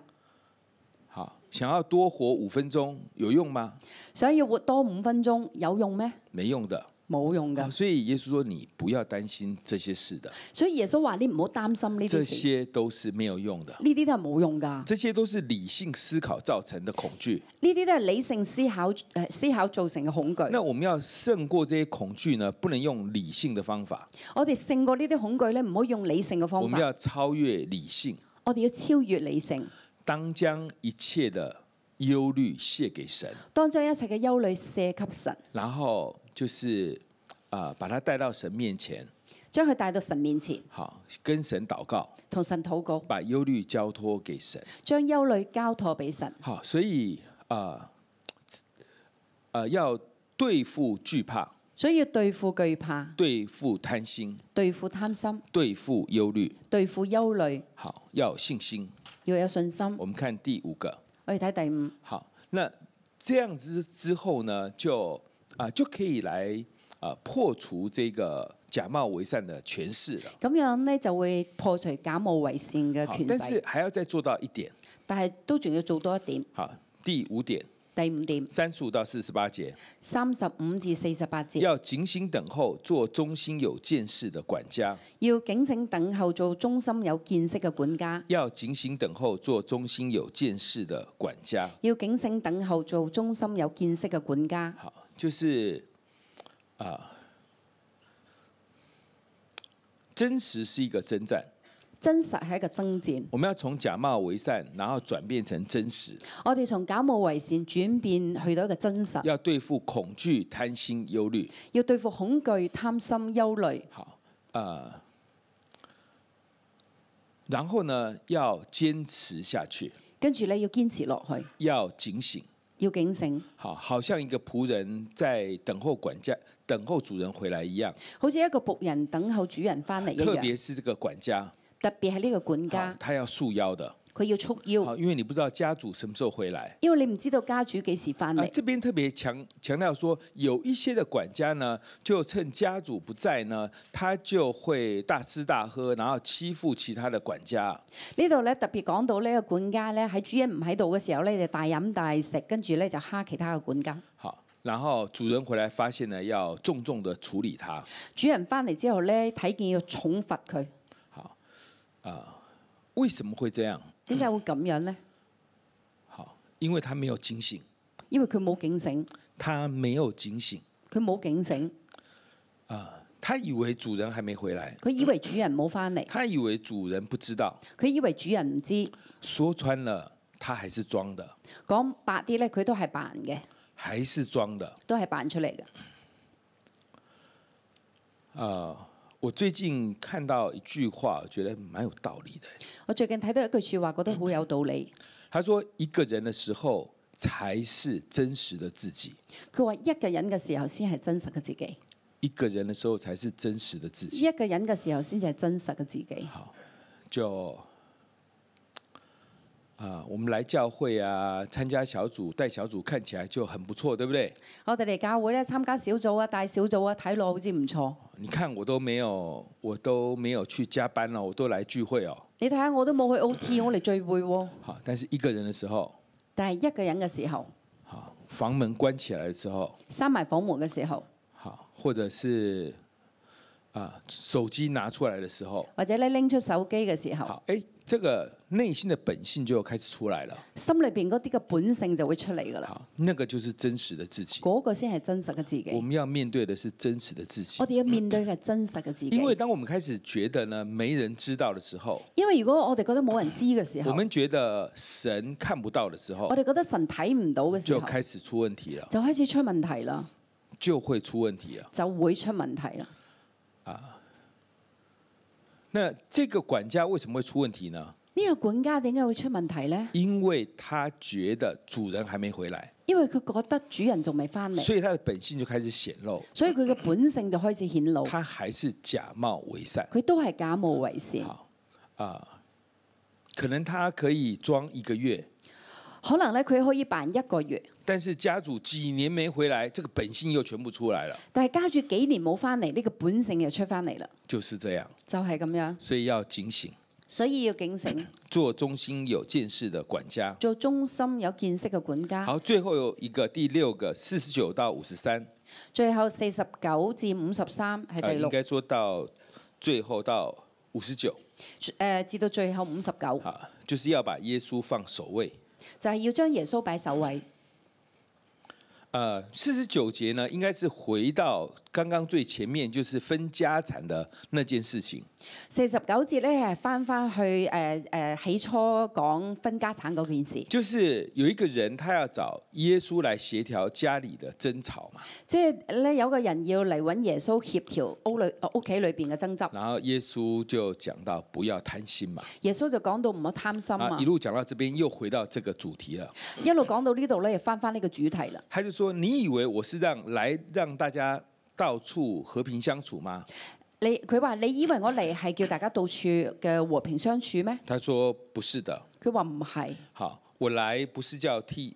B: 好，想要多活五分钟有用吗？
C: 想要活多五分鐘有用咩？
B: 没用的。
C: 冇用
B: 好
C: 㗎。
B: 所以耶稣说：“你不要担心这些事的，
C: 所以耶穌話：你唔好擔心呢
B: 这
C: 啲事，
B: 些都是没有用的，
C: 呢啲都係冇用㗎。
B: 这些都是理性思考造成的恐惧。
C: 呢啲都係理性思考誒、呃思考造成嘅恐懼。
B: 那我们要胜过这些恐惧呢，不能用理性的方法，
C: 我哋勝過呢啲恐懼咧，唔好用理性嘅
B: 我
C: 方
B: 们
C: 法，
B: 要超越理性，
C: 我哋要超越理性，
B: 当将一切的忧虑卸给神，
C: 當將一切嘅憂慮卸給神，
B: 然后就是啊、把它带到神面前，
C: 將佢帶到神面前，
B: 好跟神祷告，
C: 同神禱告，
B: 把忧虑交托给神。
C: 將憂慮交託俾神。
B: 好，所以啊啊、呃要对付惧怕。”
C: 所以要對付懼怕，
B: 对付贪心，
C: 對付貪心，
B: 对付忧虑，
C: 對付憂慮，
B: 好，要有信心。
C: 要有信心。
B: 我们看第五个，
C: 我哋睇第五，
B: 好，那这样子之后呢，就啊、就可以来啊、破除这个假冒为善的权势了。
C: 咁樣咧就會破除假冒為善嘅
B: 好
C: 權，
B: 但
C: 勢
B: 是，还要再做到一点，
C: 但係都仲要做多一點。
B: 好，第五点，
C: 第五點，
B: 三十五到四十八节，
C: 三十五至四十八節，
B: 要警醒等候，做忠心有见识的管家；
C: 要警醒等候做忠心有見識嘅管家。
B: 要警醒等候，做忠心有见识的管家。
C: 要警醒等候做忠心有見識嘅管家，
B: 好，就是啊、真实是一个征战，
C: 真實係一個爭戰。
B: 我们要从假冒为善，然后转变成真实，
C: 我哋從假冒為善轉變去到一個真實，
B: 要对付恐惧、贪心、忧虑。
C: 要對付恐懼、貪心、憂慮，
B: 好，呃，然后呢，要坚持下去，
C: 跟住咧要堅持落去，
B: 要警醒。
C: 要警醒，
B: 好，好像一个仆人在等候管家、等候主人回来一样，
C: 好似一個仆人等候主人翻嚟一
B: 特
C: 樣。
B: 别是这个管家，
C: 特別係呢個管
B: 好
C: 家，
B: 他要束腰的，
C: 佢要束
B: 好，
C: 腰，
B: 因为你不知道家主什么时候回来。
C: 因為你唔知道家主幾時翻
B: 啊，
C: 嚟。
B: 这边特别强强调说，有一些的管家呢，就趁家主不在呢，他就会大吃大喝，然后欺负其他的管家。
C: 呢度咧特別講到呢個管家咧喺主人唔喺度嘅時候咧就大飲大食，跟住咧就蝦其他嘅管家。
B: 好，然后主人回来发现呢，要重重的处理他。
C: 主人翻嚟之後咧睇見要重罰佢，
B: 好，啊、为什么会这样？
C: 點解會咁樣呢？
B: 好，因为他没有警醒，
C: 因為佢冇警醒，
B: 他没有警醒，
C: 佢冇警醒，
B: 他以为主人还没回来，
C: 佢以為主人冇翻嚟，
B: 他以为主人不知道。
C: 佢以為主人唔知。
B: 说穿了，他还是装的，
C: 講白啲咧，佢都係扮嘅，
B: 还是装的。
C: 都係扮出嚟嘅。
B: 我最近看到一句话，我觉得蛮有道理的。
C: 我最近睇到一句説話，覺得好有道理。
B: 他说，一个人的时候才是真实的自己，
C: 佢話一個人嘅時候先係真實嘅自己，
B: 一个人的时候才是真实的自己。
C: 一個人嘅時候先至係真實嘅自己。
B: 就啊，我们来教会啊，参加小组、带小组，看起来就很不错，对不对？
C: 我哋嚟教會咧，參加小組啊、大小組啊，睇落好似唔錯。
B: 你看我都没有，我都没有去加班哦，我都来聚会哦。
C: 你睇下我都冇去 OT，我嚟聚會喎、
B: 好，但是一个人的时候，
C: 但係一個人嘅時候，
B: 好，房门关起来的时候，
C: 閂埋房門嘅時候，
B: 好，或者是啊，手机拿出来的時候，
C: 或者咧拎出手機嘅時候，
B: 好，哎、这个內心的本性就開始出來了。
C: 心裏邊嗰啲嘅本性就會出嚟㗎啦。
B: 好，那個就是真實的自己。
C: 嗰、個先係真實嘅自
B: 我
C: 己。
B: 們要面對的是真實的自己
C: 我，哋要面對嘅係真實嘅自己。
B: 因為當我們開始覺得呢沒人知道的時候，
C: 因為如果我哋覺得冇人知嘅時
B: 我
C: 候，
B: 們覺得神看不到的時候
C: 我，哋覺得神睇唔到嘅時
B: 就
C: 候，
B: 開始出問題了，
C: 就開始出問題啦，
B: 就會出問題了。
C: 就會出問題啦。
B: 那這個管家為什麼會出問題呢？
C: 呢、個管家點解會出問題呢？
B: 因為他覺得主人還沒回來，
C: 因為佢覺得主人仲未翻嚟，
B: 所以他的本性就開始顯露，
C: 所以佢嘅本性就開始顯露，
B: 他還是假冒為善。
C: 佢都係假冒為善。
B: 好可能他可以装一个月，
C: 可能咧佢可以扮一個月，
B: 但是家主几年没回来，这个本性又全部出来了，
C: 但係家住幾年冇翻嚟，呢、個本性又出翻嚟啦，
B: 就是这样。
C: 就係咁樣。
B: 所以要警醒，
C: 所以要 警醒，
B: 做忠心有见识的管家。
C: 做忠心有見識嘅管家。
B: 好，最后有一个第六个四十九到五十三，
C: 最後四十九至五十三係
B: 啊，
C: 第
B: 应
C: 六，
B: 该说到最后到五十九，
C: 誒、至到最後五十九，
B: 啊，就是要把耶穌放首位。
C: 就係、要將耶穌擺首位。
B: 呃，四十九节呢，应该是回到刚刚最前面，就是分家产的那件事情。
C: 四十九節咧係翻翻去誒誒、呃起初講分家產嗰件事，
B: 就是有一个人，他要找耶稣来协调家里的争吵嘛，
C: 即係咧有個人要嚟揾耶穌協調屋裏呃屋企裏邊嘅爭執，
B: 然后耶稣就講到不要貪心嘛，
C: 耶穌就講到唔好貪心
B: 啊，
C: 啊
B: 一，路講到這邊又回到這個主題了。
C: 一路講到呢度咧又翻翻呢個主題啦。
B: 他就說：你以為我是讓來讓大家到處和平相處嗎？
C: 你佢話你以為我嚟係叫大家到處嘅和平相處咩？
B: 他說不是的，
C: 佢話唔係，
B: 好，我來不是叫地，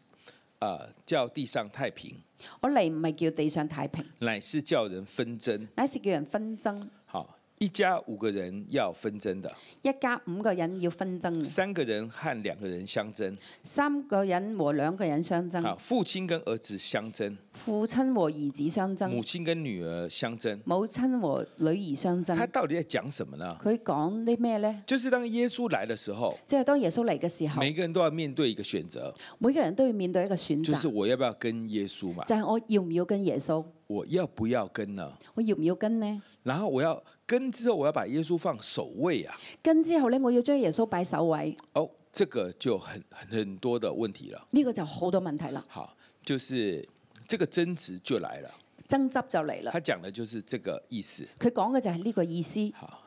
B: 呃，叫地上太平，
C: 我嚟唔係叫地上太平，
B: 乃是叫人紛爭。
C: 乃是叫人紛爭。
B: 好，一家五个人要紛爭的，
C: 一家五個人要紛爭嘅，
B: 三個人和兩個人相爭，
C: 三個人和兩個人相
B: 好，
C: 爭，
B: 父親跟兒子相爭。
C: 父親和兒子相爭。
B: 母亲跟女儿相争，
C: 母親和女兒相
B: 他
C: 爭，
B: 到底在讲什么呢？
C: 佢講啲咩呢？
B: 就是当耶稣来的时候，
C: 即係當耶穌嚟嘅時候，
B: 每个人都要面对一个选择，
C: 每個人都要面對一個選
B: 就
C: 擇，
B: 是我要不要跟耶稣嘛？
C: 就係我要唔要跟耶穌，
B: 我要不要跟呢？
C: 我要唔要跟呢？
B: 然后我要跟之後，我要把耶稣放首位啊！
C: 跟之後呢，我要將耶穌擺首位，
B: 哦，这个就很很很多的问题了。
C: 呢、個就好多問題啦，
B: 好，就是这个争执就来了。
C: 爭執就嚟啦
B: 他。讲的就是这个意思。
C: 佢講嘅就係呢個意思，
B: 好，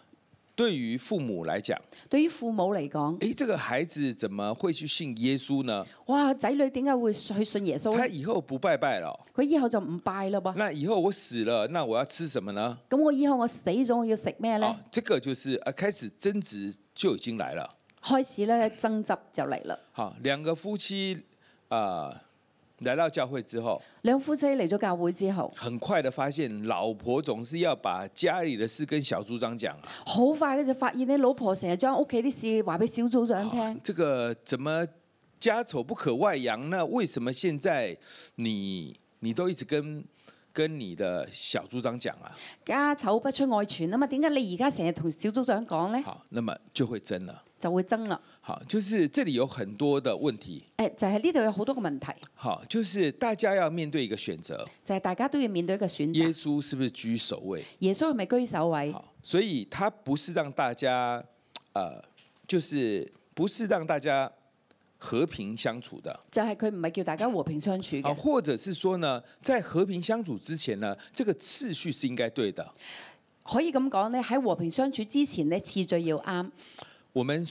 B: 对于父母来讲，
C: 對於父母嚟講，
B: 诶，这个孩子怎么會去信耶穌呢？
C: 哇，仔女點解會去信耶穌
B: 他
C: 咧？
B: 以後不拜拜了，
C: 佢以後就唔拜啦噃。
B: 那以後我死了，那我要吃什麼呢？
C: 咁我以後我死咗，我要食咩咧？
B: 啊，这个就是呃，开始争执就已经来了。
C: 開始咧爭執就嚟啦。
B: 好，两个夫妻啊、呃来到教会之后，
C: 兩夫妻嚟咗教會之後，
B: 很快的发现老婆总是要把家里的事跟小組長讲、啊，
C: 好快嘅就發現你老婆成日將屋企啲事話俾小組長聽。
B: 啊这个怎么家丑不可外扬呢？为什么现在你你都一直跟跟你的小組長讲啊？
C: 家醜不出外傳啊嘛，點解你而家成日同小組長講咧？
B: 好，那么就会争了。
C: 就會爭啦。
B: 好，就是这里有很多的问题。
C: 誒、就係呢度有好多個問題，
B: 好，就是大家要面對一个选择，
C: 就係、大家都要面對一個選
B: 耶哦
C: 擇。
B: 穌是不是居首位？
C: 耶穌係咪居首位？
B: 好，所以他不是让大家，呃，就是不是让大家和平相处的，
C: 就係佢唔係叫大家和平相處
B: 啊，
C: 嘅。
B: 或者是说呢，在和平相处之前呢，这个次序是应该对的。
C: 可以咁講咧，喺和平相處之前咧，次序要啱。
B: 我们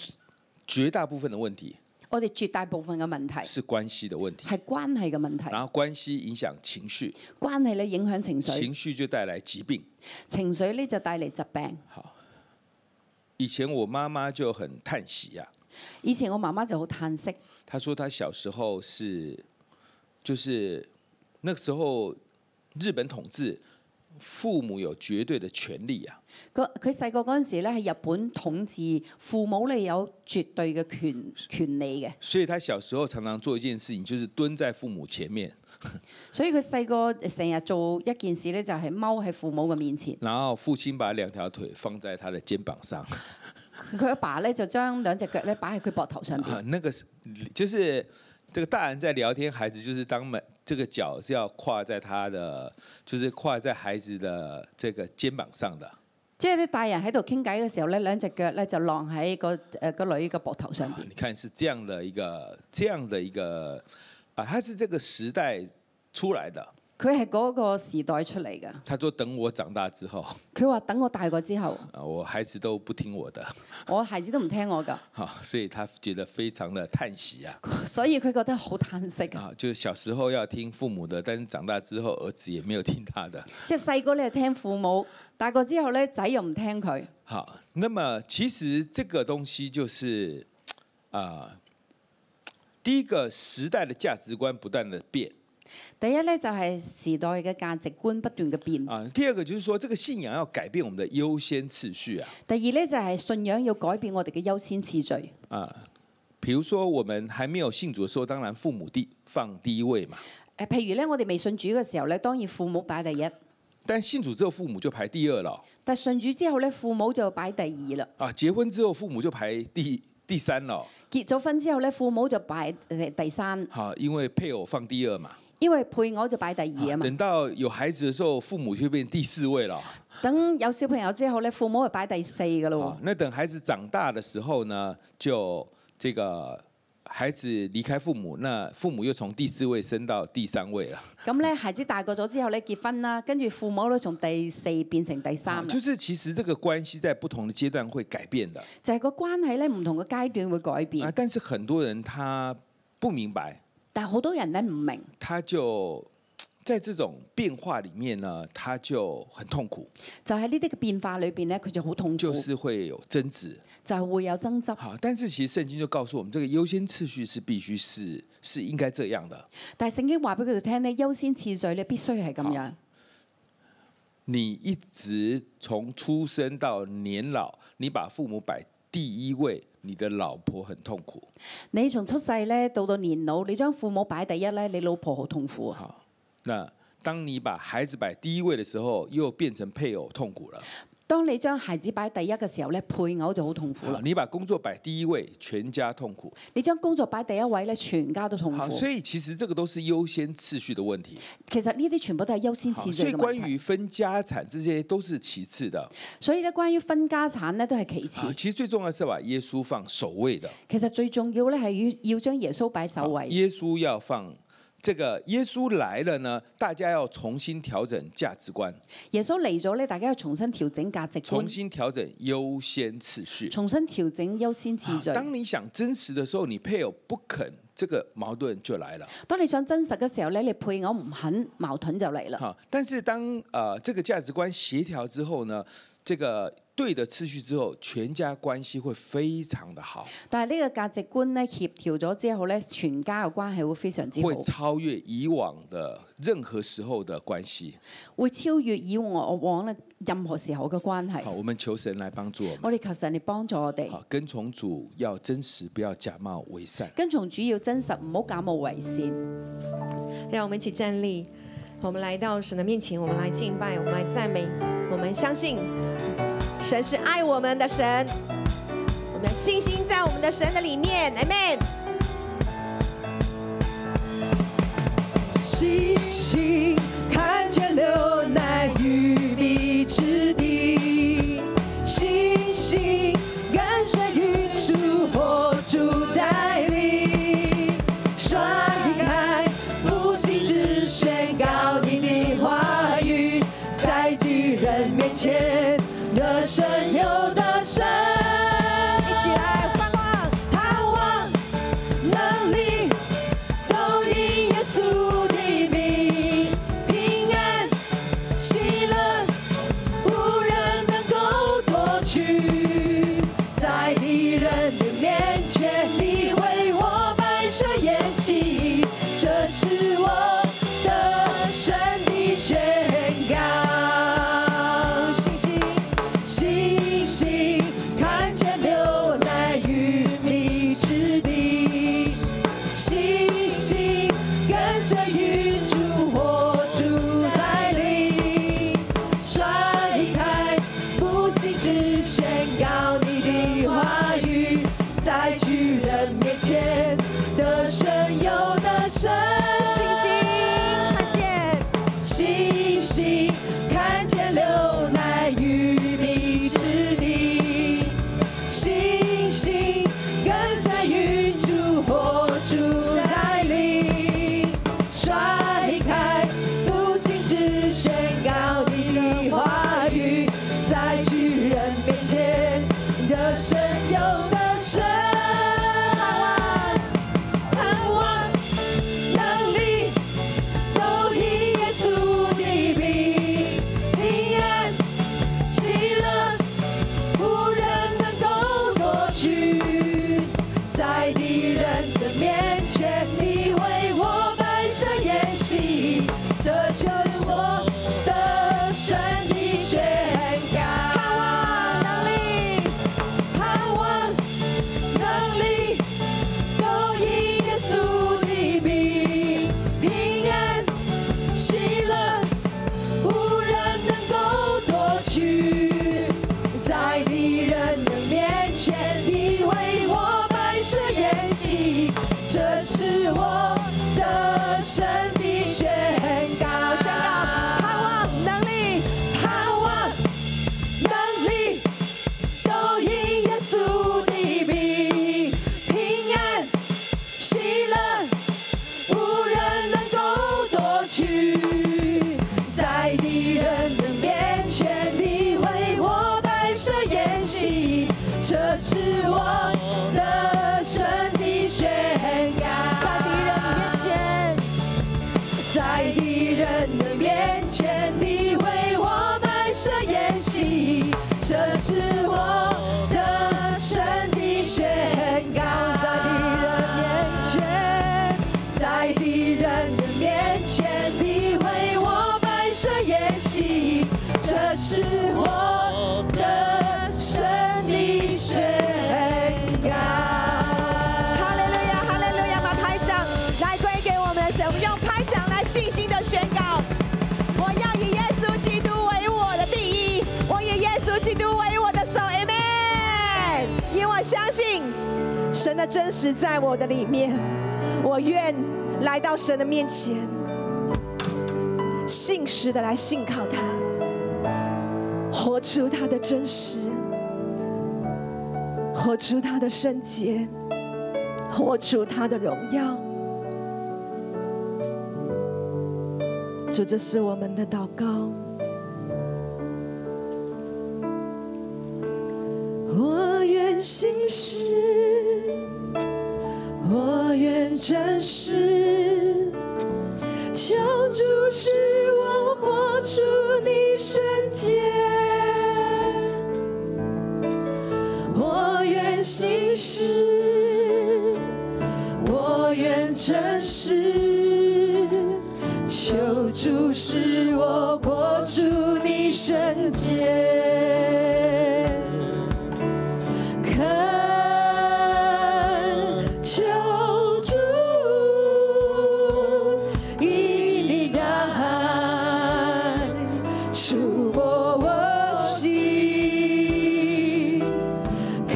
B: 绝大部分的问題
C: 我哋絕大部分嘅問題
B: 是啊關係的问題，
C: 係關係嘅問題，
B: 然後關係影響情緒，
C: 關係咧影響情緒，
B: 情緒就帶來疾病。
C: 情緒咧就帶嚟疾病。
B: 以前我媽媽就很叹息啊呀、
C: 以前我媽媽就好嘆息，
B: 她说她小時候是，就是那個时候日本统治，父母有絕對的權利啊。
C: 佢佢細個嗰陣時咧喺日本統治，父母咧有絕對嘅權權利嘅，
B: 所以他小時候常常做一件事情，就是蹲在父母前面，
C: 所以佢細個成日做一件事咧就係踎喺父母嘅面前。
B: 然後父親把兩條腿放在他的肩膀上，
C: 佢阿爸咧就將兩隻腳咧擺喺佢膊頭上邊，
B: 啊、那个是就是这个大人在聊天，孩子就是当门这个脚是要跨在他的，就是跨在孩子的这个肩膀上的。
C: 即係啲大人喺度傾偈嘅時候咧，兩隻腳咧就晾喺個誒個女嘅膊頭上邊。
B: 啊你看是这样的一个这样的一个啊，他是这个时代出来的。
C: 佢係嗰個時代出嚟㗎。
B: 他说等我长大之后，
C: 佢話等我大個之後，
B: 啊，我孩子都不听我的，
C: 我孩子都唔聽我㗎，
B: 哈、所以他觉得非常的叹息啊。
C: 所以佢覺得好嘆息啊！
B: 啊，就是小时候要听父母的，但是长大之后儿子也没有听他的。
C: 即係細個咧聽父母，大個之後咧仔又唔聽佢。
B: 好，那么其实这个东西就是啊、第一个时代的价值观不断的变
C: 第一咧就係時代嘅價值觀不斷嘅變，
B: 啊、第二个就是说这个信仰要改变我们的优先次序啊
C: 第二咧就係信仰要改變我哋嘅優先次序。
B: 啊。比如说，我们还没有信主的时候，当然父母第放第一位嘛。
C: 誒，譬如咧，我哋未信主嘅時候咧，當然父母擺第一，
B: 但信主之後，父母就排第二了
C: 但信主之後咧，父母就擺第二啦。
B: 啊。结婚之後，父母就排第第三了。
C: 結咗婚之後咧，父母就擺誒第三，
B: 好，因為配偶放第二嘛。
C: 因為配偶就擺第二啊嘛。
B: 等到有孩子的时候，父母就变第四位了。
C: 等有小朋友之後咧，父母就擺第四噶咯喎
B: 啊。，那等孩子长大的时候呢，就这个孩子离开父母，那父母又从第四位升到第三位了。
C: 咁咧，孩子大個咗之後咧，結婚啦，跟住父母咧從第四變成第
B: 啊
C: 三啦，
B: 就是其实这个關係在不同的階段會改變的
C: 就係個關係咧唔同嘅階段會改
B: 啊
C: 變。，
B: 但是很多人他不明白，
C: 但係好多人咧唔明，
B: 他就在这种變化里面呢，他就很痛苦，
C: 就喺呢啲嘅變化裏邊咧，佢就好痛苦，
B: 就
C: 就是
B: 會有爭執。
C: 係會有爭執。
B: 好，但是其實聖經就告訴我們，這個優先次序是必須是是應該這樣的。
C: 但係聖經話俾佢哋聽咧，優先次序咧必須係
B: 啊
C: 咁樣。
B: 你一直从出生到年老，你把父母摆第一位，你的老婆很痛苦。
C: 你從出世咧到到年老，你將父母擺第一咧，你老婆好痛苦啊。
B: 好，那当你把孩子摆第一位的时候，又变成配偶痛苦了。
C: 當你將孩子擺第一嘅時候咧，配偶就好痛苦
B: 好，
C: 啦。
B: 你把工作摆第一位，全家痛苦。
C: 你將工作擺第一位咧，全家都痛
B: 好，
C: 苦。
B: 啊所以其实这个都是优先次序的问题。
C: 其實呢啲全部都係優先
B: 好，
C: 次
B: 啊所
C: 序
B: 以
C: 嘅
B: 关
C: 問題。
B: 于分家产这些都是其次的。
C: 所以咧，關於分家產咧都係其
B: 好，
C: 次。
B: 其实最重要的是把耶稣放首位的。
C: 其實最重要咧係要要將耶穌擺首
B: 好
C: 位，
B: 耶稣要放这个耶稣来了呢，大家要重新调整价值观，
C: 耶穌嚟咗咧，大家要重新調整價值
B: 重
C: 觀，
B: 新调整優先次序。啊
C: 重新調整優先次序。
B: 当你想真实的时候，你配偶不肯，这个矛盾就来了。
C: 當你想真實嘅時候咧，你配偶唔肯，矛盾就嚟啦。
B: 好，但是当呃这个价值观协调之后呢，这个对的次序之后，全家关系会非常的好，
C: 但係呢個價值觀咧協調咗之後咧，全家嘅關係會非常之好
B: 会，超越以往的任何时候的关系。
C: 會超越以往往咧任何時候嘅關
B: 好，
C: 係。
B: 我们求神来帮助我们。
C: 我哋求神你幫助我哋，
B: 好，跟从主要真实，不要假冒为善。
C: 跟從主要真實，唔好假冒為善。
D: 让我们一起站立，我们来到神的面前，我们来敬拜，我们来赞美，我们相信神是爱我们的神，我们信心在我们的神的里面，Amen。
E: 星星看见流奶与蜜之地，星星跟随云柱火柱带领，双眼开，不停止宣告你的话语，在巨人面前的神有的神。
D: 一起来盼望，
E: 盼望能力都因耶稣的名，平安喜乐无人能够夺去，在敌人的面前，你为我摆设筵席，这是我的神的宣告，信心。星星看见牛奶与蜜之地，星星跟随云柱火柱来临，甩开不息之宣告你的话语，在巨人面前的神有的神。
D: 信心看见，
E: 星星看见流奶与蜜之地，星星跟随云柱火柱来临，甩开不停止宣告你的话语，在巨人面前的神有的神。盼望能力都因耶稣的名，平安喜乐无人能够夺去，在敌人的面前，你为我摆设筵席，这就是我的神的宣告。盼望能力，盼望能力。都因耶稣的名，平安喜乐无人能够夺去，在敌人的面前，你为我摆设筵席，这是我的神的宣告。宣告盼望能力，盼望能力。都因耶稣的名，平安喜乐无人能够夺去，在敌人的面前，你为我摆设筵席，这是我的神的宣告。在敌人面前。在敌人的面前，你为我摆设筵席，这是我的神的宣告。在敌人的面前，在敌人的面前，你为我摆设筵席，这是我的神的宣告。
D: 哈利路亚，哈利路亚！把拍掌来归给我们的神，我们用拍掌来信心的宣告：我要以耶稣基督为我的第一，我以耶稣基督为我的首，Amen。因为我相信神的真实在我的里面，我愿来到神的面前，信实的来信靠他，活出他的真实，活出他的圣洁。活出他的荣耀。
E: 主，这是我们的祷告。我愿信实，我愿真实，求主使我活出你圣洁。我愿信实，我愿真实，求主使我活出你圣洁。恳求主，以你的爱触摸我心，恳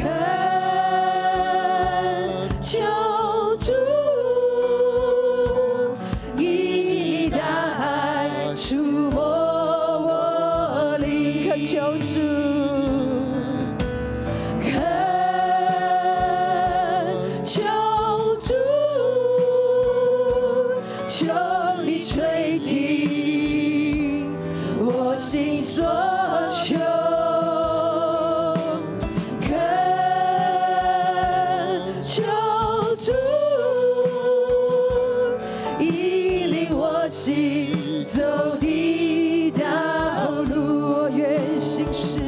E: 求主，以你的爱触摸我灵，恳求主。恳求主，求你垂听我心所求。恳求主，引领我行走的道路，我愿行事。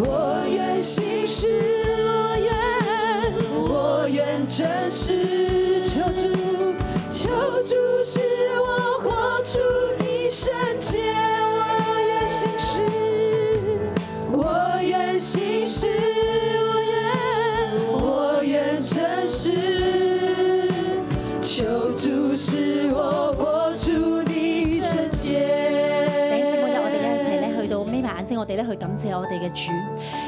E: 我愿心事，我愿，我愿真实。求主，求主使我活出一圣洁。我愿心事，我愿心事，我愿，我愿真实。求主使我活出你圣洁。
F: 弟兄姊妹咧，我哋咧一齊咧去到眯埋眼睛，我哋咧去感謝我哋嘅主，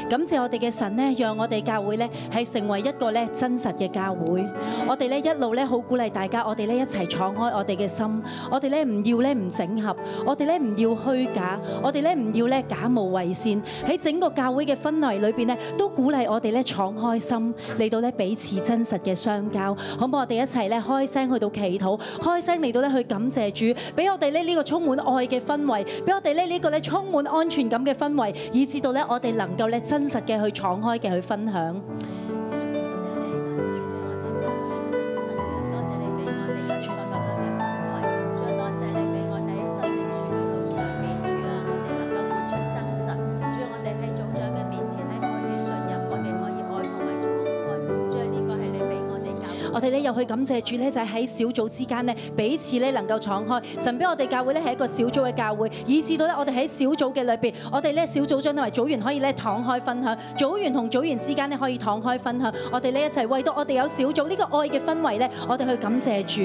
F: 感謝我哋嘅神咧，讓我哋教會咧係成為一個咧真實嘅教會。我哋咧一路咧好鼓勵大家，我哋咧一齊敞開我哋嘅心，我哋咧唔要咧唔整合，我哋咧唔要虛假，我哋咧唔要咧假冒為善。喺整個教會嘅氛圍裏邊咧，都鼓勵我哋咧敞開心，嚟到咧彼此真實嘅相交。好唔好？我哋一齊咧開聲去到祈禱，開聲嚟到咧去感謝主，俾我哋咧呢個充滿愛嘅氛圍，俾我哋咧呢個咧充滿安全感嘅氛圍，以至到咧我哋能夠咧真實嘅去敞開嘅去分享。我哋咧又去感謝主咧，就係喺小組之間咧，彼此咧能夠敞開。神俾我哋教會咧係一個小組嘅教會，以至到咧我哋喺小組嘅裏邊，我哋咧小組長同埋組員可以咧敞開分享，組員同組員之間咧可以敞開分享。我哋咧一齊為到我哋有小組呢個愛嘅氛圍咧，我哋去感謝主。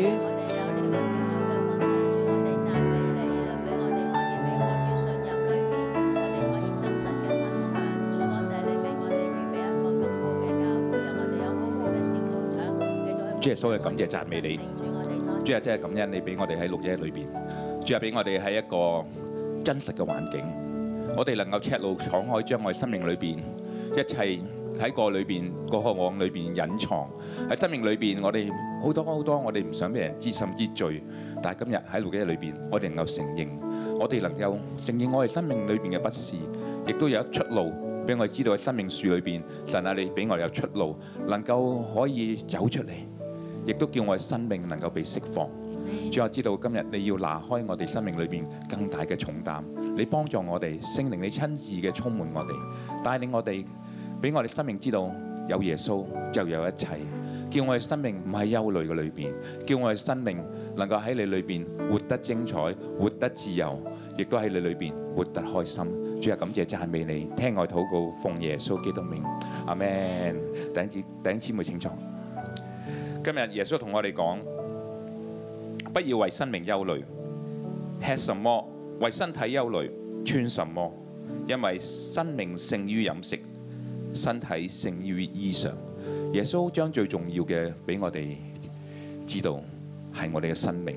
G: 主耶穌嘅感謝讚美你，主啊，真係感恩你俾我哋喺六一裏邊，主啊，俾我哋喺一個真實嘅環境，我哋能夠赤露敞開，將我哋生命裏邊一切喺個裏邊個渴望裏邊隱藏喺生命裏邊，我哋好多好多我哋唔想俾人知甚至罪，但係今日喺六一裏邊，我哋能夠承認，我哋能夠承認我哋生命裏邊嘅不是，亦都有一出路。俾我哋知道喺生命樹裏邊，神啊，你俾我哋有出路，能夠可以走出嚟。亦都叫我嘅生命能夠被釋放。主我知道今日你要拿開我哋生命裏邊更大嘅重擔，你幫助我哋，聖靈你親自嘅充滿我哋，帶領我哋，俾我哋生命知道有耶穌就有一切，叫我哋生命唔喺憂慮嘅裏邊，叫我哋生命能夠喺你裏邊活得精彩，活得自由，亦都喺你裏邊活得開心。主啊，感謝讚美你，聽我禱告，奉耶穌基督名，阿門。弟兄姊弟兄姊妹請坐。今日耶穌同我哋講：不要為生命憂慮，吃什麼；為身體憂慮，穿什麼。因為生命勝於飲食，身體勝於衣裳。耶穌將最重要嘅俾我哋知道，係我哋嘅生命。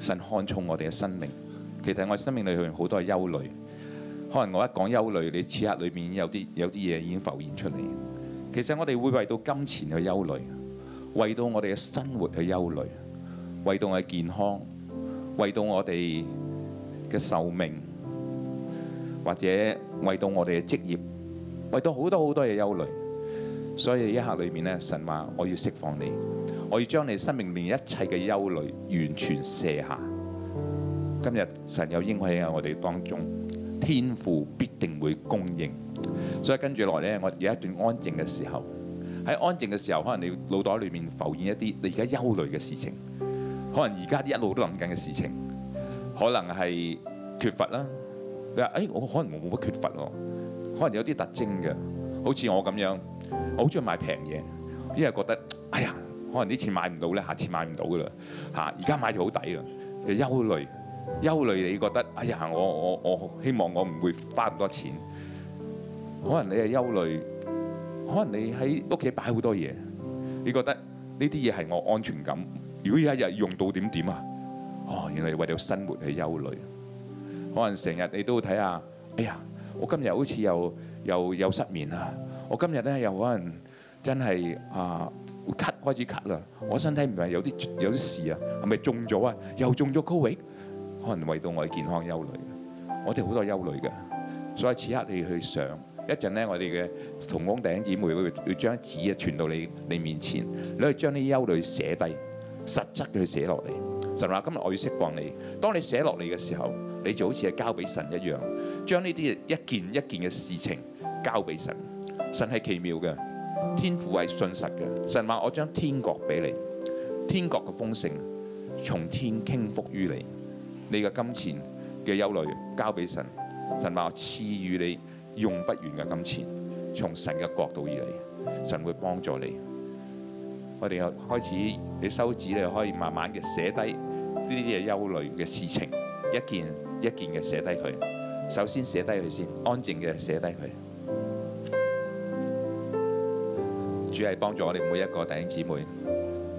G: 神看重我哋嘅生命。其實我哋生命裏面好多係憂慮，可能我一講憂慮，你此刻裏面有啲有啲嘢已經浮現出嚟。其實我哋會為到金錢去憂慮。為到我哋嘅生活去憂慮，為到我嘅健康，為到我哋嘅壽命，或者為到我哋嘅職業，為到好多好多嘢憂慮。所以一刻裏面咧，神話我要釋放你，我要將你生命裏面一切嘅憂慮完全卸下。今日神有應許喺我哋當中，天父必定會供應。所以跟住落嚟咧，我有一段安靜嘅時候。喺安靜嘅時候，可能你腦袋裏面浮現一啲你而家憂慮嘅事情，可能而家一路都諗緊嘅事情，可能係缺乏啦。你話：，誒、我可能我冇乜缺乏喎，可能有啲特徵嘅，好似我咁樣，我好中意買平嘢，因為覺得，哎呀，可能呢次買唔到咧，下次買唔到噶啦，嚇，而家買就好抵啦，就憂慮，憂慮你覺得，哎呀，我我我希望我唔會花咁多錢，可能你係憂慮。可能你喺屋企擺好多嘢，你覺得呢啲嘢係我安全感。如果有一日用到點點啊？哦，原來你為咗生活去憂慮。可能成日你都會睇下，哎呀，我今日好似又又又失眠啦。我今日咧又可能真係啊會咳開始咳啦。我身體唔係有啲有啲事啊，係咪中咗啊？又中咗高危，可能為到我嘅健康憂慮。我哋好多憂慮嘅，所以此刻你去想，一陣咧我哋嘅。同工弟兄姊妹會要將紙啊傳到你你面前，你去將啲憂慮寫低，實質去寫落嚟。神話今日我要釋放你，當你寫落嚟嘅時候，你就好似係交俾神一樣，將呢啲一件一件嘅事情交俾神。神係奇妙嘅，天父係信實嘅。神話我將天國俾你，天國嘅豐盛從天傾覆於你，你嘅金錢嘅憂慮交俾神。神話我賜予你用不完嘅金錢。從神嘅角度而嚟，神會幫助你。我哋又開始，你收紙，你可以慢慢嘅寫低呢啲嘅憂慮嘅事情，一件一件嘅寫低佢。首先寫低佢先，安靜嘅寫低佢。主係幫助我哋每一個弟兄姊妹。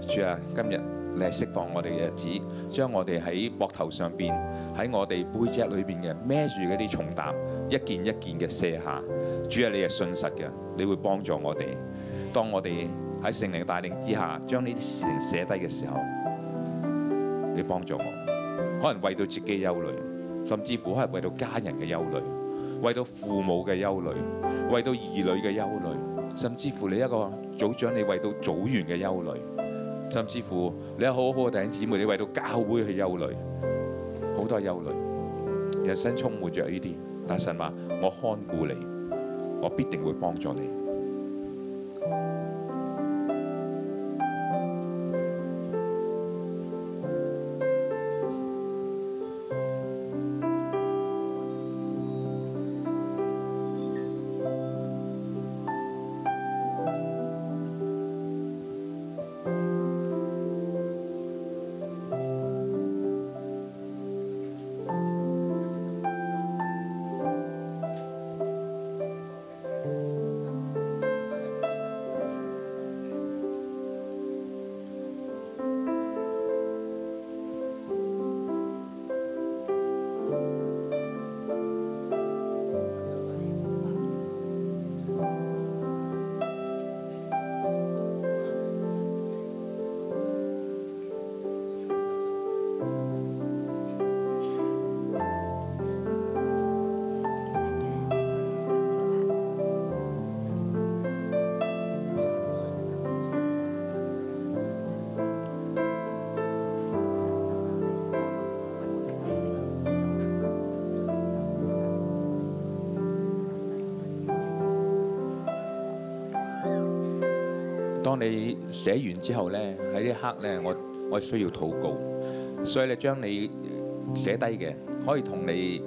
G: 主啊，今日你係釋放我哋嘅日子，將我哋喺膊頭上邊，喺我哋背脊裏邊嘅孭住嗰啲重擔，一件一件嘅卸下。主啊，你係信實嘅，你會幫助我哋。當我哋喺聖靈嘅帶領之下，將呢啲事情寫低嘅時候，你幫助我。可能為到自己憂慮，甚至乎可能為到家人嘅憂慮，為到父母嘅憂慮，為到兒女嘅憂慮，甚至乎你一個組長，你為到組員嘅憂慮，甚至乎你有好好嘅弟兄姊妹，你為到教會去憂慮，好多憂慮，人生充滿着呢啲。但神話我看顧你。我必定會幫助你。當你寫完之後呢，喺呢一刻呢，我我需要禱告，所以你將你寫低嘅，可以同你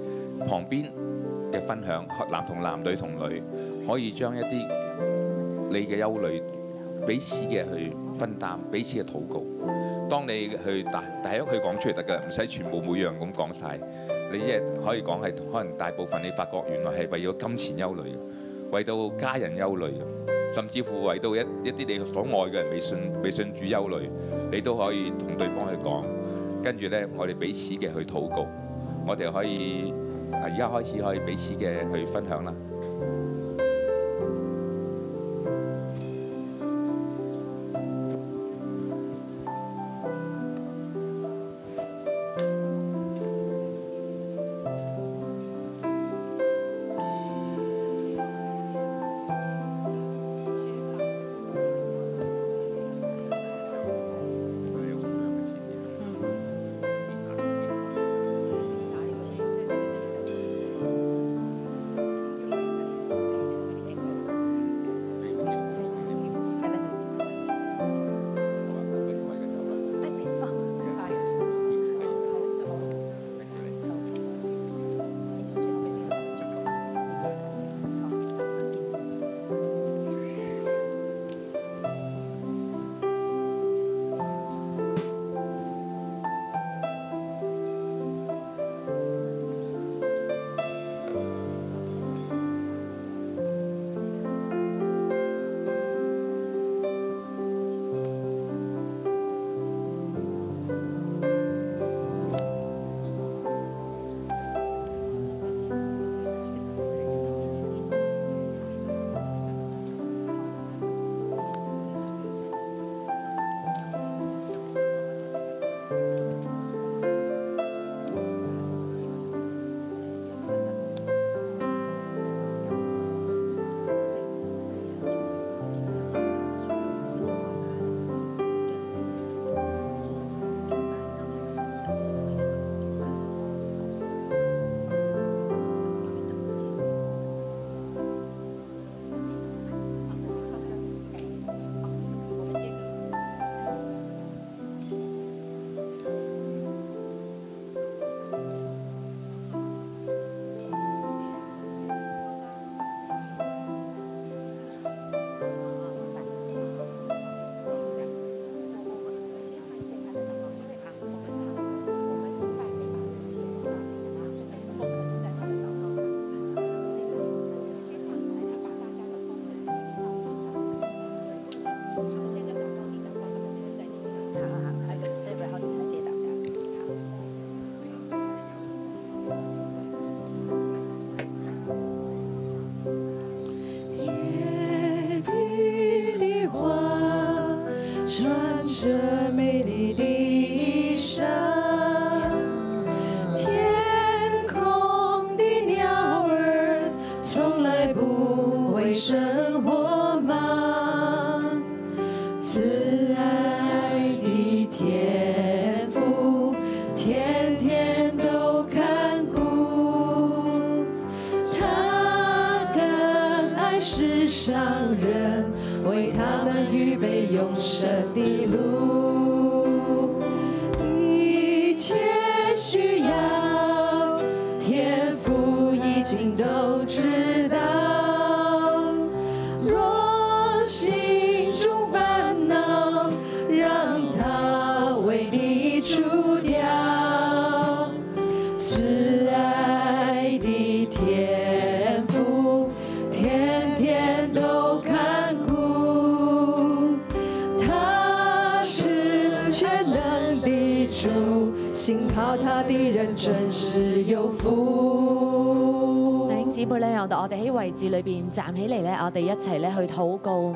G: 旁邊嘅分享，男同男，女同女，可以將一啲你嘅憂慮彼此嘅去分擔，彼此嘅禱告。當你去大大約去講出嚟得㗎，唔使全部每樣咁講晒。你一係可以講係可能大部分你發覺原來係為咗金錢憂慮嘅，為到家人憂慮嘅。甚至乎為到一一啲你所愛嘅人未信未信主憂慮，你都可以同對方去講。跟住呢，我哋彼此嘅去禱告，我哋可以啊而家開始可以彼此嘅去分享啦。
E: 我声，天空的鸟儿从来不为生活忙，慈爱的天父天天都看顾。他更爱世上人，为他们预备永生的路。一切需要，天父已经都知道。若心中烦恼，让他为你除掉。慈爱的天父，天天都看顾。他是全能的主，信靠他的人真是有福
H: 弟。兄姊妹咧，我哋我哋喺位置裏邊站起嚟咧，我哋一齊咧去禱告。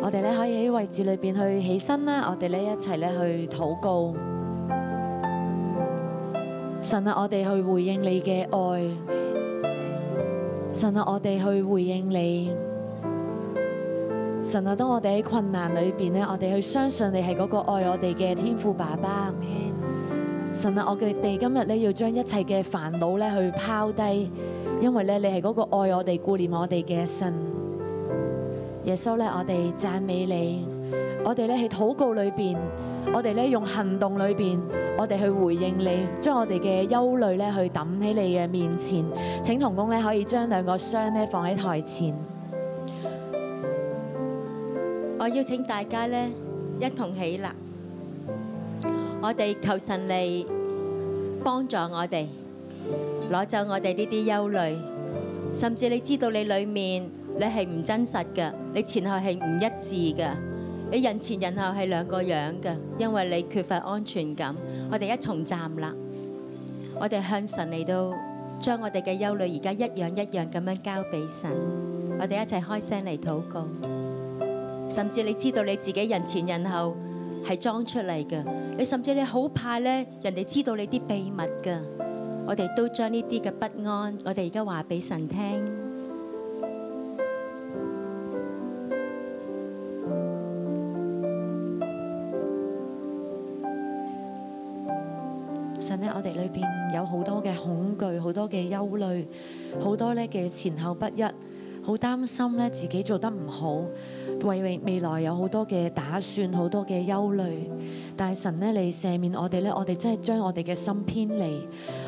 H: 我哋咧可以喺位置裏邊去起身啦，我哋咧一齊咧去禱告。神啊，我哋去回應你嘅愛。神啊，我哋去回應你。神啊，當我哋喺困難裏邊咧，我哋去相信你係嗰個愛我哋嘅天父爸爸。神啊，我哋今日咧要將一切嘅煩惱咧去拋低，因為咧你係嗰個愛我哋、顧念我哋嘅神。耶穌咧，我哋讚美你，我哋咧喺禱告裏邊，我哋咧用行動裏邊，我哋去回應你，將我哋嘅憂慮咧去抌喺你嘅面前。請同工咧可以將兩個箱咧放喺台前。
I: 我邀請大家咧一同起立，我哋求神嚟幫助我哋，攞走我哋呢啲憂慮，甚至你知道你裡面你係唔真實嘅，你前後係唔一致嘅，你人前人後係兩個樣嘅，因為你缺乏安全感。我哋一重站立，我哋向神嚟到將我哋嘅憂慮而家一樣一樣咁樣交俾神，我哋一齊開聲嚟禱告。甚至你知道你自己人前人後係裝出嚟嘅，你甚至你好怕咧人哋知道你啲秘密嘅，我哋都將呢啲嘅不安，我哋而家話俾神聽。
H: 神咧，我哋裏邊有好多嘅恐懼，好多嘅憂慮，好多咧嘅前後不一，好擔心咧自己做得唔好，為未未來有好多嘅打算，好多嘅憂慮。但係神咧，你赦免我哋咧，我哋真係將我哋嘅心偏離，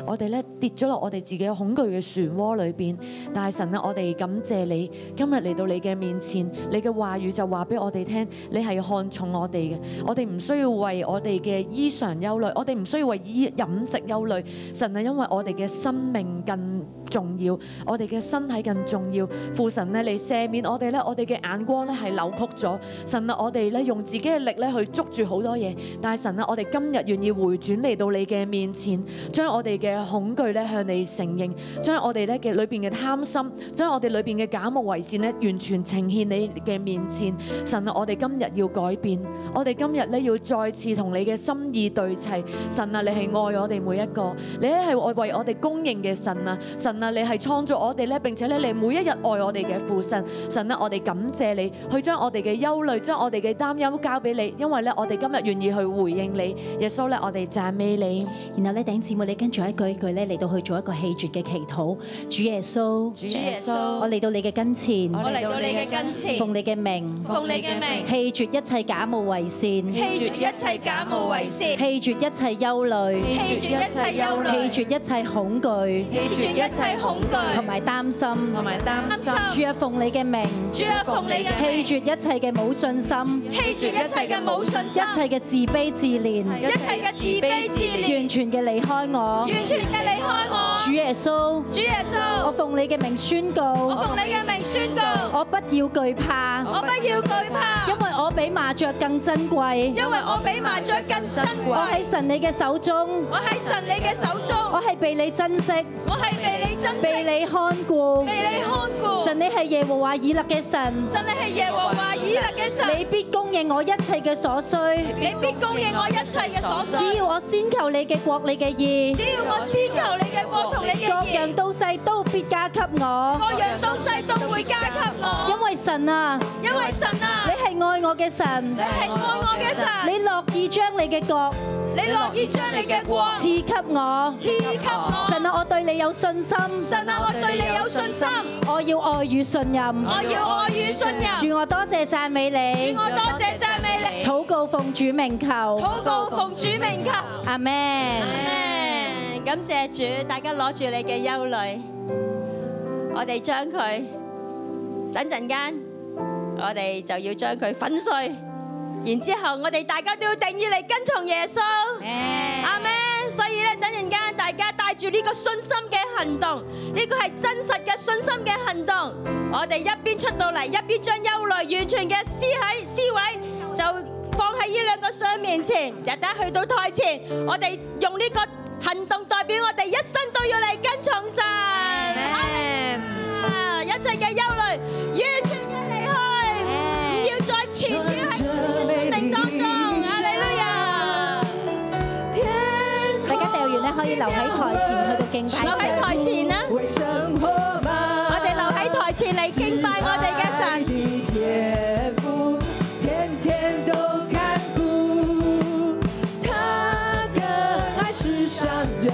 H: 我哋咧跌咗落我哋自己嘅恐懼嘅漩渦裏邊。但係神啊，我哋感謝你，今日嚟到你嘅面前，你嘅話語就話俾我哋聽，你係看重我哋嘅。我哋唔需要為我哋嘅衣裳憂慮，我哋唔需要為衣飲食憂慮。神啊，因為我哋嘅生命更重要，我哋嘅身體更重要。父神咧，你赦免我哋咧，我哋嘅眼光咧係扭曲咗。神啊，我哋咧用自己嘅力咧去捉住好多嘢，但係神啊，我哋今日願意回轉嚟到你嘅面前，將我哋嘅恐懼咧向你承認，將我哋咧嘅裏邊嘅貪心，將我哋裏邊嘅假冒為善咧完全呈現你嘅面前。神啊，我哋今日要改變，我哋今日咧要再次同你嘅心意對齊。神啊，你係愛我哋每一個，你咧係為為我哋供應嘅神啊，神啊，你係創造我哋咧，並且咧你每一日愛我哋嘅父神。神啊，我哋感謝你，去將我哋嘅憂慮、將我哋嘅擔憂交俾你，因為咧我哋今日願意去回應你。耶穌咧，我哋讚美你。
F: 然後咧，弟兄姊妹，你跟住一句一句咧嚟到去做一個氣絕嘅祈禱。主耶穌，主
H: 耶
I: 穌
F: 我嚟到你嘅跟前，
H: 我
I: 我嚟到你嘅跟前，
F: 奉你嘅名，
I: 奉你嘅名，
F: 氣絕一切假冒為善，
I: 棄絕一切假冒為善，
F: 氣絕一切憂慮，
I: 棄絕一切憂慮，
F: 氣絕一切恐懼
I: 棄絕一切恐懼
F: 同埋擔心，同埋擔
I: 心
F: 主啊，奉你嘅名，
I: 主啊奉你嘅名
F: 棄絕一切嘅冇信心，
I: 棄絕一切嘅冇信心，
F: 一切嘅自卑自憐，
I: 一切嘅自卑自
F: 完
I: 憐，
F: 全嘅離開我。
I: 完全嘅離開我。
F: 主耶穌，
I: 主耶
F: 我
I: 穌，
F: 奉你嘅名宣
I: 我
F: 告，
I: 奉你嘅名宣告，
F: 我不要懼怕，
I: 我不要懼怕，
F: 因為我比麻雀更珍貴。
I: 因為我比麻雀更珍
F: 我
I: 貴。
F: 喺神你嘅手中，
I: 我喺神你嘅手中，
F: 我係被你珍惜，
I: 我係被你珍惜，
F: 被你看顧。
I: 被你看顧。
F: 神你係耶和華以勒嘅神，
I: 神你係耶和
F: 華以勒嘅神，
J: 你必供應我一切嘅所需。
F: 你必供應我一切嘅所需
J: 只。要我先求你嘅國，你嘅義，
F: 只要我先求你嘅國同你嘅
J: 各樣
F: 義，
J: 到世都必加給
F: 各
J: 我。
F: 樣東西都會加給我。
J: 因為神啊，
F: 因為神啊，
J: 你係愛我嘅神，
F: 你係愛我嘅神，
J: 你樂意將你嘅國
F: 你樂意將你嘅國賜
J: 賜給我。
F: 給我。
J: 神啊，我對你有信心，
F: 神啊，我對你有信心，
J: 我要愛與信任。
F: 我要愛與信任。
J: 主我多謝讚美你
F: 主，我多謝讚美你。
J: 禱告奉主名求，
F: 禱告奉主名求。
J: 阿門。
K: 感謝主，大家攞住你嘅憂慮，我哋將佢等陣間，我哋就要將佢粉碎，然之後我哋大家都要定意嚟跟從耶穌。阿咩？所以咧，等陣間大家帶住呢個信心嘅行動，呢個係真實嘅信心嘅行動。我哋一邊出到嚟，一邊將憂慮完全嘅思喺思維就放喺呢兩個相面前。日得去到台前，我哋用呢個行動代表我哋一生都要嚟跟從神。啊！一切嘅憂慮完全嘅離開，唔要再纏繞喺生命當中。阿利路亞！
J: 大家掉完咧可以留喺台前去到敬拜
K: 留喺
J: 神。
K: 台前啦，
E: 为生活
K: 我
E: 嘛，
K: 哋留喺台前嚟敬拜我哋嘅神。
E: 你天赋天天都看顾，他的爱是上人，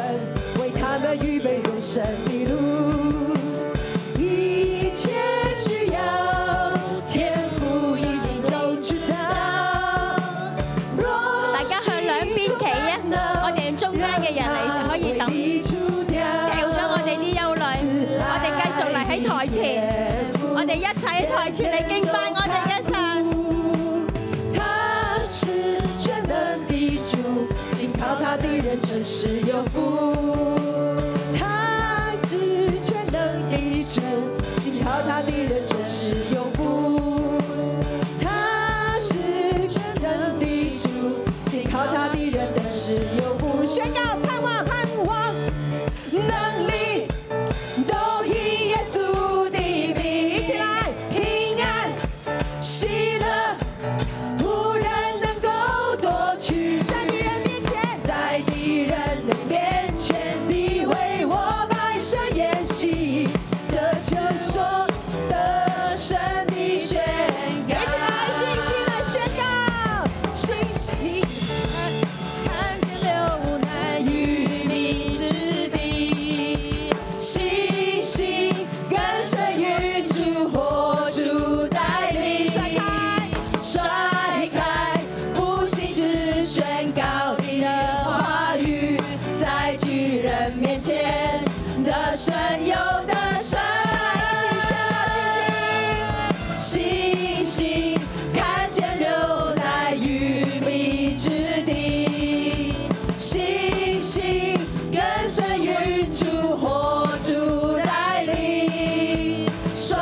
E: 为他们预备永生的路，一切需要天赋已经都知道。
K: 大
E: 大
K: 家向兩邊企啊！我哋中間嘅人嚟可以抌掉咗我哋啲憂慮，我哋繼續嚟喺台前，我哋一齊喺台前嚟敬拜我哋嘅神。
E: 他是全能的主，信靠他的人真是有福。他是全能的主，信靠他的人真是有福。他是全能的主，信靠他的人真是有福。宣告盼望盼望能力。都因耶稣的名，一起来！平安、喜乐，无人能够夺取。在敌人面前，在敌人的面前，你为我摆设筵席，这就是我的神的宣告。一起来，信心来宣告，信心。看见了无奈与明智的，信心跟随于主，活主带领。甩开，甩开，不信只宣告你的话语，在巨人面前的神有的神。星星看见牛奶与蜜之地，星星跟随云柱火柱带领，甩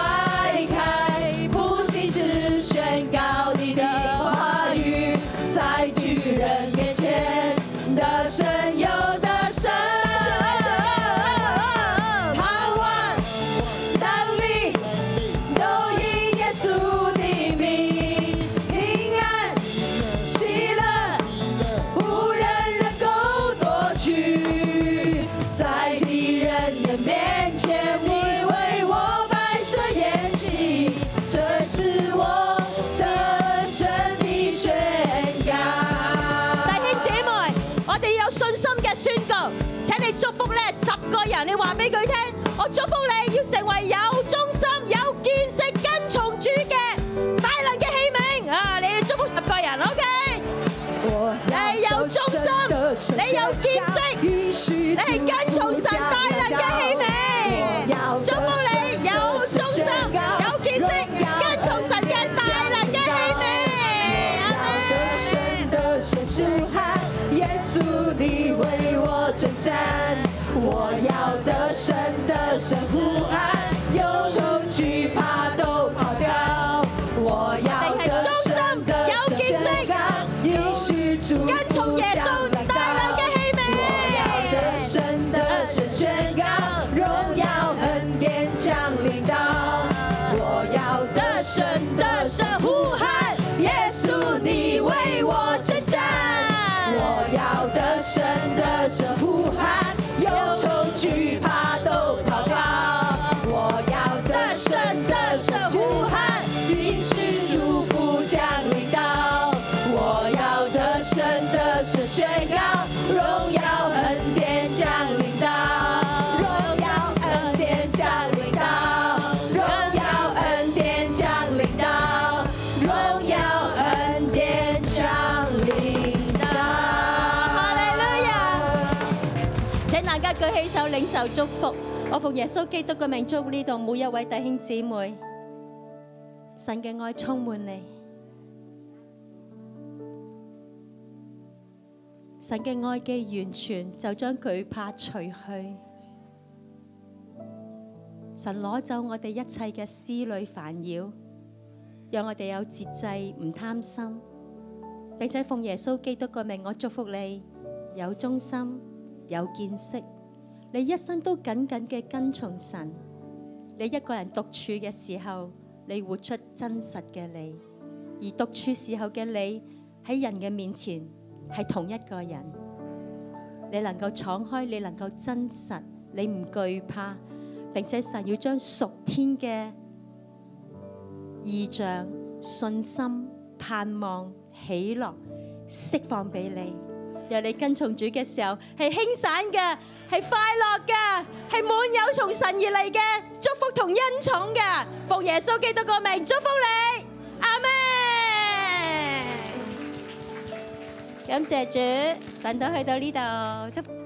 E: 开不息之宣告你的话语，在巨人面前的神有的神。Power 能力都因耶稣的名，平安喜乐，无人能够夺取。在敌人的面前，你为我摆设筵席，这是我这生的宣
K: 弟
E: 告。
K: 兄姐妹，我哋有信心嘅宣告，請你祝福呢十個人，你話俾佢聽，我祝福你要成為有忠心、有見識、跟從主嘅大能嘅器皿啊！你祝福十個人，OK。
E: 你有忠心，你有見識，你係跟從神大能嘅器皿。祝福你有忠心、有見識，跟從神嘅大能嘅器皿。耶穌你為我征戰，我要得神的神呼喊，憂愁懼怕都跑掉。我要得神的神宣告，應許主
K: 跟從耶穌
E: 將來
K: 大能
E: 到
K: 嘅器皿
E: 我要得神的神宣告，榮耀恩典降臨到。我要得神的神呼
I: 舉起手領受祝福。我奉耶穌基督嘅名祝福呢度每一位弟兄姊妹，神嘅愛充滿你，神嘅愛既完全，就將懼怕除去。神攞走我哋一切嘅思慮煩擾，讓我哋有節制，唔貪心。並且奉耶穌基督嘅名，我祝福你有忠心，有見識。你一生都緊緊嘅跟從神。你一個人獨處嘅時候，你活出真實嘅你；而獨處時候嘅你喺人嘅面前係同一個人。你能夠敞開，你能夠真實，你唔懼怕，並且神要將屬天嘅異象、信心、盼望、喜樂釋放俾你。讓你跟從主嘅時候係輕省嘅，係快樂嘅，係滿有從神而嚟嘅祝福同恩寵嘅。奉耶穌基督個名祝福你，阿門。感謝主，神都去到呢度，祝福